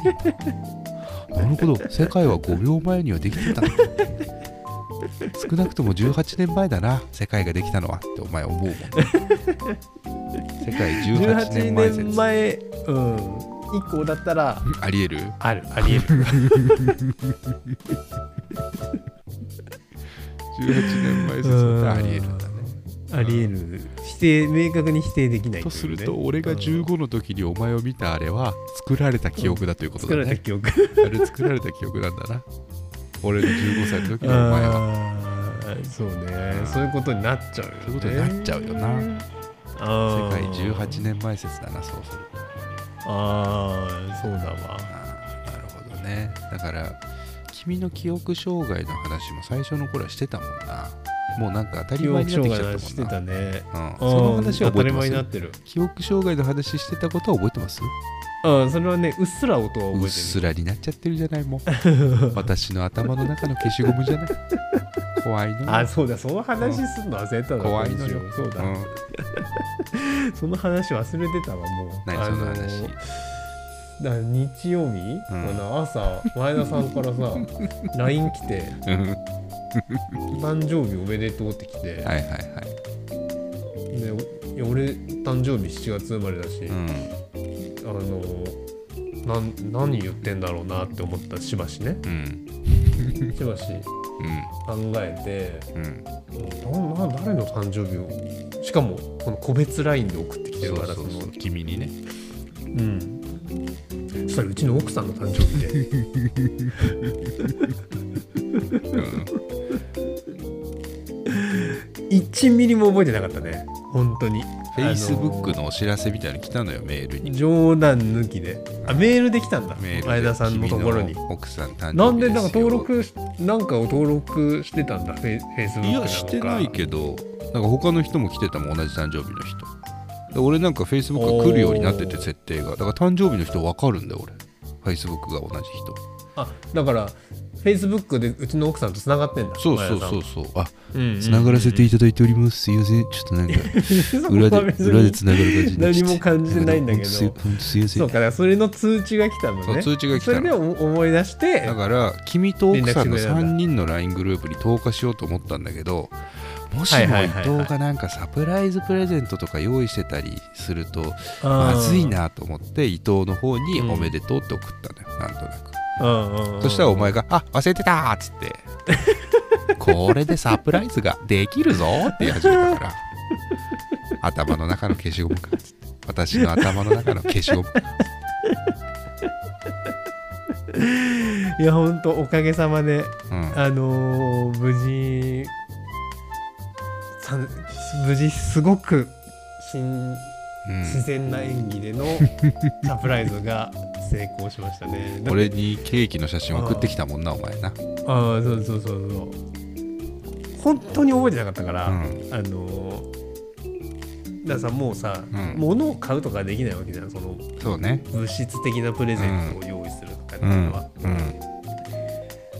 A: なるほど世界は5秒前にはできてたんだ 少なくとも18年前だな世界ができたのはってお前思うもん ね世界18
B: 18
A: 年前
B: 年
A: 説
B: 前うん以降だったら
A: ありえる
B: あるありえ る
A: 18年前説だったらありえるんだね
B: ありえる否定明確に否定できない
A: とすると
B: ね
A: 俺が15の時にお前を見たあれは作られた記憶だということだ
B: 作られ
A: ね
B: た記憶
A: あれ作られた記憶なんだな。俺の15歳の時のお前は。
B: あーそうねそういうことになっちゃうよね
A: そういうことになっちゃうよな。世
B: あ
A: 界
B: ー
A: 18年前説だな、そうすると
B: ああそうだわ
A: な。なるほどね。だから、君の記憶障害の話も最初の頃はしてたもんな。もうなんか当たり
B: 記
A: 前
B: 憶
A: になって
B: 障
A: きちゃっ
B: 害の話して
A: た
B: たね
A: もんな。うん、
B: うん
A: その話は
B: 当
A: 覚え
B: たり
A: てま
B: 前になっ
A: す
B: てる
A: 記憶障害の話してたことは覚えてます
B: うんそれはねうっすら音は覚えてる
A: うっすらになっちゃってるじゃないもう 私の頭の中の消しゴムじゃない怖いな
B: あそうだその話すんの忘れたわ
A: 怖いのよ
B: 今週そうだ、
A: うん、
B: その話忘れてたわもう
A: 何その話、
B: あのだから日曜日、
A: ん
B: あの朝前田さんから さ LINE 来て
A: うん
B: 「誕生日おめでとう」って来
A: はいは
B: て、
A: いはい。
B: でいや俺誕生日7月生まれだし、
A: うん。
B: あのなん何言ってんだろうなって思ったしばしね
A: うん。
B: しばし考えて
A: うん。うん。
B: なな誰の誕生日をしかもこの個別 LINE で送ってきて
A: そ
B: る
A: う
B: から
A: そう
B: そ
A: そ
B: の
A: う。君にね。
B: うん。そしたらうちの奥さんの誕生日 で。1ミリも覚えてなかったね本当に
A: フェイスブックのお知らせみたいに来たのよ、メールに。
B: 冗談抜きであメールで来たんだ
A: メールで
B: 前田さんのところに
A: 君の奥さん誕生日すよ
B: なんでなんか登録しなんかを登録してたんだフェイスブック
A: いや、してないけど、なんか他の人も来てたもん、同じ誕生日の人。で俺なんかフェイスブックが来るようになってて、
B: おー
A: 設定が。だから誕生日の人分かるんだよ、俺。フェイスブックが同じ人。
B: あだからフェイスブックでうちの奥さんとつながってんだ
A: そうそうそうそう。あ、
B: う
A: つながらせ ていただいております。すいません。ちょっとなんか、裏で、裏でつながる感じになっちゃって
B: 何も感じてないんだけ
A: ほ
B: ど
A: とすいほんとすいません
B: そう。かだからそれの通知が来たのね
A: そう通知が来たの
B: それでお思い出して
A: だから君と奥さんの
B: 連絡してくれたんだ
A: 3人の LINE グループに投下しようと思ったんだけどもし
B: はい
A: も
B: はい
A: 伊
B: はいはい
A: 藤がなんかサプライズプレゼントとか用意してたりするとまずいなと思って伊藤の方に「
B: うん
A: おめでとう」って送ったのよなんとなく
B: うんうんうん
A: そしたらお前が「あ忘れてた」っつって 「これでサプライズができるぞ」って言い始めたから頭の中の消しゴムかっつって私の頭の中の消しゴム
B: いやほんとおかげさまで
A: うん
B: あのー無事さん無事すごく新
A: う ん
B: 自然な演技 でのサプライズが成功しましたね。だ
A: 俺にケーキの写真送ってきたもんなお前な
B: ああそうそうそうそう本当に覚えてなかったから、
A: うん
B: あのーだからさもうさ、
A: うん
B: 物を買うとかできないわけじゃんその
A: そうね
B: 物質的なプレゼントを用意するとかって
A: う
B: いうんのは、
A: うん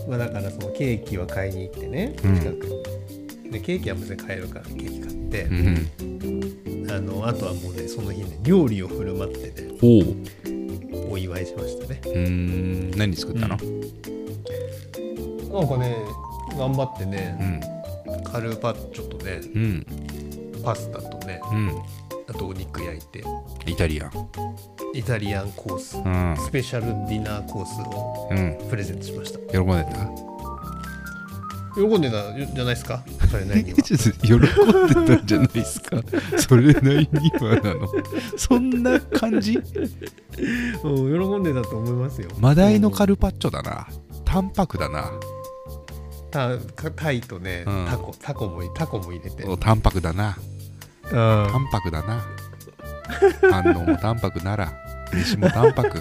B: まあ、だからそのケーキは買いに行ってね
A: うん
B: 近くに、でケーキは別に買えるからケーキ買って
A: う、ん
B: あのあとはもうねその日ね料理を振る舞ってね
A: おう
B: お祝いしましたね
A: うーん何作ったの
B: なんかね頑張ってね
A: う、ん
B: カルパッチョとね
A: うん
B: パスタとね
A: うん
B: あとお肉焼いて
A: イタリアン
B: イタリアンコース、
A: うん
B: スペシャルディナーコースを
A: うん
B: プレゼントしました
A: 喜んでた
B: 喜んでたじゃないですかそれなりには
A: ちょっと喜んでたんじゃないです かそれなりにはなのそんな感じ
B: うん喜んでたと思いますよ
A: マダイのカルパッチョだな淡白だな
B: タかタイとね、
A: うん
B: タコタコもタコも入れて、
A: お淡白だな
B: あ
A: 淡白だな反応も淡白なら西も淡 白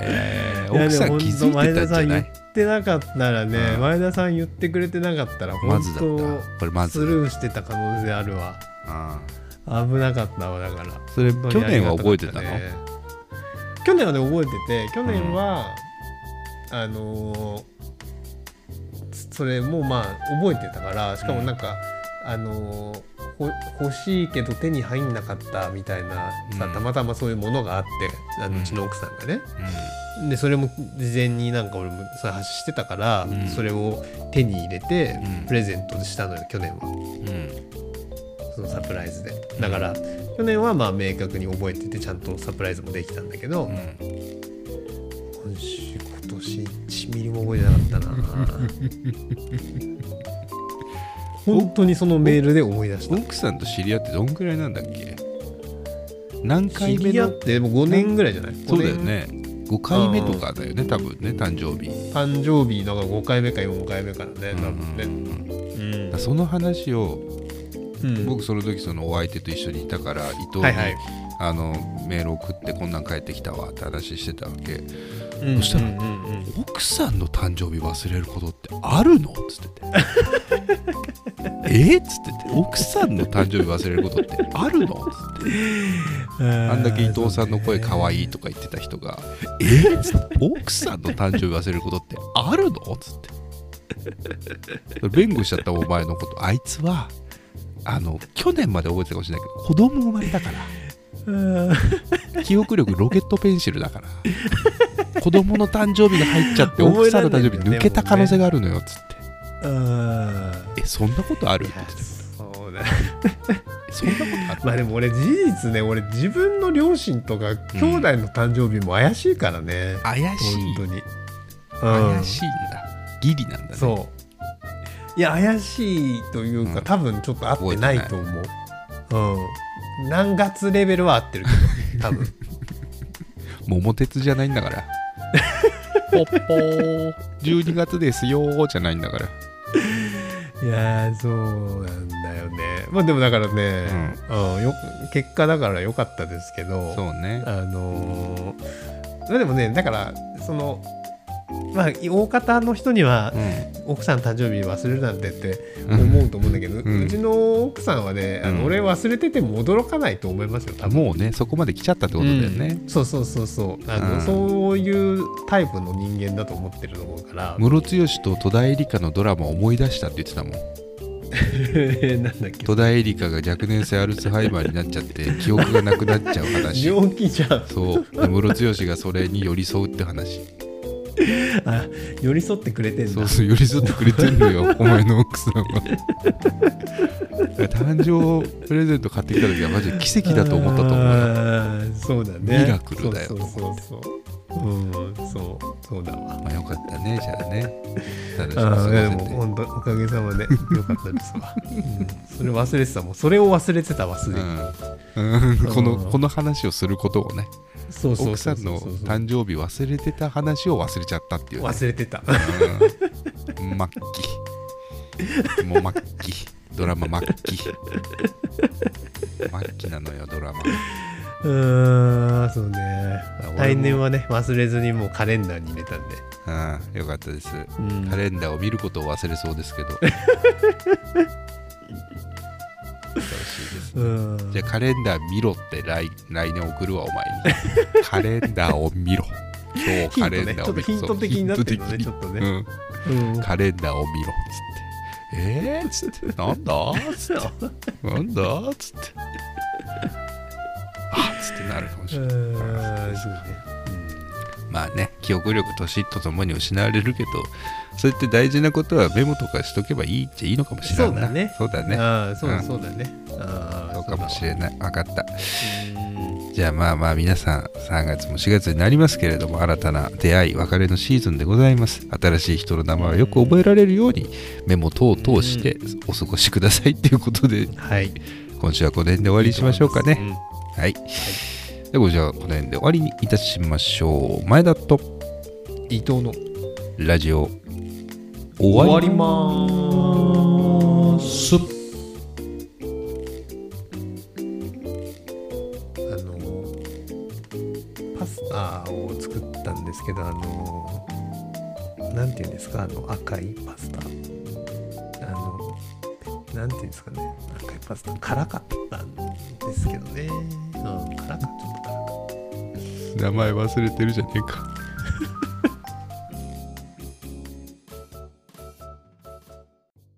A: えー、奥さん気づいてたんじゃな
B: 前田さん言
A: い
B: ってなかったらね、
A: うん
B: 前田さん言ってくれてなかったら
A: ま
B: 本
A: ずだったこれ
B: 当
A: ま
B: ス
A: ず
B: ルーしてた可能性あるわ
A: あ
B: 危なかったわだから
A: それ
B: 本当
A: 去
B: にあ
A: 年
B: りが
A: は
B: た
A: 覚
B: か
A: え
B: って
A: たの
B: ね去年はね覚えてて去年は、あのーそれもまあ覚えてたからしかもなんか、あのーほ欲しいけど手に入んなかったみたいなさ、
A: うん
B: たまたまそういうものがあってあ
A: う
B: の
A: ん
B: うちの奥さんがね、でそれも事前になんか俺もそれ発してたから、
A: ん
B: それを手に入れて
A: うん
B: プレゼントしたのよ去年は
A: うんうん
B: そのサプライズでだから去年はまあ明確に覚えててちゃんとサプライズもできたんだけど、
A: うん
B: 今週今年1ミリも覚えてなかったな本当にそのメールで思い出した
A: 奥さんと知り合ってどんくらいなんだっけ何
B: 知
A: 回目
B: り合っ
A: の
B: てでも5年ぐらいじゃない
A: そうだよ
B: 五年
A: ね5回目とかだよね多分ね誕生日
B: 誕生日だから5回目か4回目かだね多分ねうん
A: だその話を
B: うん
A: 僕その時そのお相手と一緒にいたから伊藤に、
B: はいはい
A: あのメール送ってこんなん帰ってきたわって話してたわけ
B: うん
A: そしたら
B: うんうんうん
A: 奥さんの誕生日忘れることってあるのっつっててえっつってて奥さんの誕生日忘れることってあるのっつってあんだけ伊藤さんの声かわいいとか言ってた人が「えーっ?」つって「奥さんの誕生日忘れることってあるの?」っつって弁護士だったお前のことあいつはあの去年まで覚えてたかもしれないけど子供生まれだから記憶力ロケットペンシルだから子供の誕生日が入っちゃって奥さんの誕生日抜けた可能性があるのよっつって
B: うん
A: 「えそんなことある?」
B: い
A: って言
B: や
A: って
B: そうだ
A: たそんなことある
B: まあでも俺事実ね俺自分の両親とか兄弟の誕生日も怪しいからね、
A: 怪しい
B: 本当に、うん、
A: 怪しいんだギリなんだね
B: そういや怪しいというか、
A: うん
B: 多分ちょっと合ってないと思ううん何月レベルは合ってるけど多 分
A: 桃鉄じゃないんだ から。ポッポー。12月ですよーじゃないんだから。
B: いやーそうなんだよねまあでもだからね、うんよ結果だから良かったですけど
A: そうね。
B: あのーまあでもねだからそのまあ大方の人には、
A: う
B: 奥さん誕生日忘れるなんてって思うと思うんだけど、うんちの奥さんはね、あの
A: うん
B: 俺忘れてても驚かないと思いますよ多
A: ん、
B: 分。
A: もうね、そこまで来ちゃったってことだよね。
B: うんそうそうそうそうあの、
A: うん
B: そういうタイプの人間だと思ってると思うから
A: ムロツヨシと戸田恵梨香のドラマを思い出したって言ってたもん
B: なんだっけ
A: 戸田恵梨香が若年性アルツハイマーになっちゃって記憶がなくなっちゃう 話
B: 病気じゃん
A: そうでムロツヨシがそれに寄り添うって 話
B: あ寄り添ってくれてん
A: そ
B: だ
A: うそう寄り添ってくれてるの よお前の奥さんは誕生プレゼント買ってきた時はマジで奇跡だと思ったと思うよ
B: あーそうだね
A: ミラクルだよ
B: そうそうそうそううんそうそうだわ
A: まあよかったね、じゃあね。楽しく
B: あ
A: 過
B: あ
A: ご
B: で
A: せ
B: も
A: て。
B: 本当おかげさまで良かったで すわ、うんそれ忘れてたもんそれを忘れてたわすでに、
A: うん、うんこのこの話をすることをね
B: そうそう
A: 奥
B: そ
A: さ
B: うんそう
A: の誕生日忘れてた話を忘れちゃったっていうね、
B: 忘れてた
A: うん、マッキーもう末期ドラマ末期末期なのよドラマ
B: うーんそうね
A: 俺も
B: 来年はね忘れずにもうカレンダーに入れたんで
A: うん、よかったです、
B: ん
A: カレンダーを見ることを忘れそうですけど楽しいです
B: うーん
A: じゃあカレンダー見ろって来来年送るわお前にカレンダーを見ろ今日カレンダーを見ろ
B: ヒントねちょっとヒント的になってるのね
A: そうヒント的に
B: ちょっうん
A: うんカレンダーを見ろっつってえー、っつってなんだっつってなんだっつってあっつってなるかもしれない
B: うんそうね
A: まあね記憶力年とともに失われるけどそうやって大事なことはメモとかしとけばいいっちゃいいのかもしれない
B: そうだね
A: そうだね
B: ああそう
A: う
B: だ
A: ん
B: そうだねああ
A: そうかもし
B: れ
A: れない分かったじゃあまあまあ皆さん3月も4月になりますけれども新たな出会い別れのシーズンでございます新しい人の名前をよく覚えられるようにメモ等々してお過ごしくださいっていうことで
B: はい
A: 今週はこの辺で終わりにしましょうかねはい、ではじゃあこの辺で終わりにいたしましょう前田と
B: 伊藤の
A: ラジオ終わり
B: りますあのパスタを作ったんですけどあのなんていうんですかあの赤いパスタあのなんていうんですかね赤いパスタ辛かったんですけどねうん辛かった
A: 名前忘れてるじゃねえか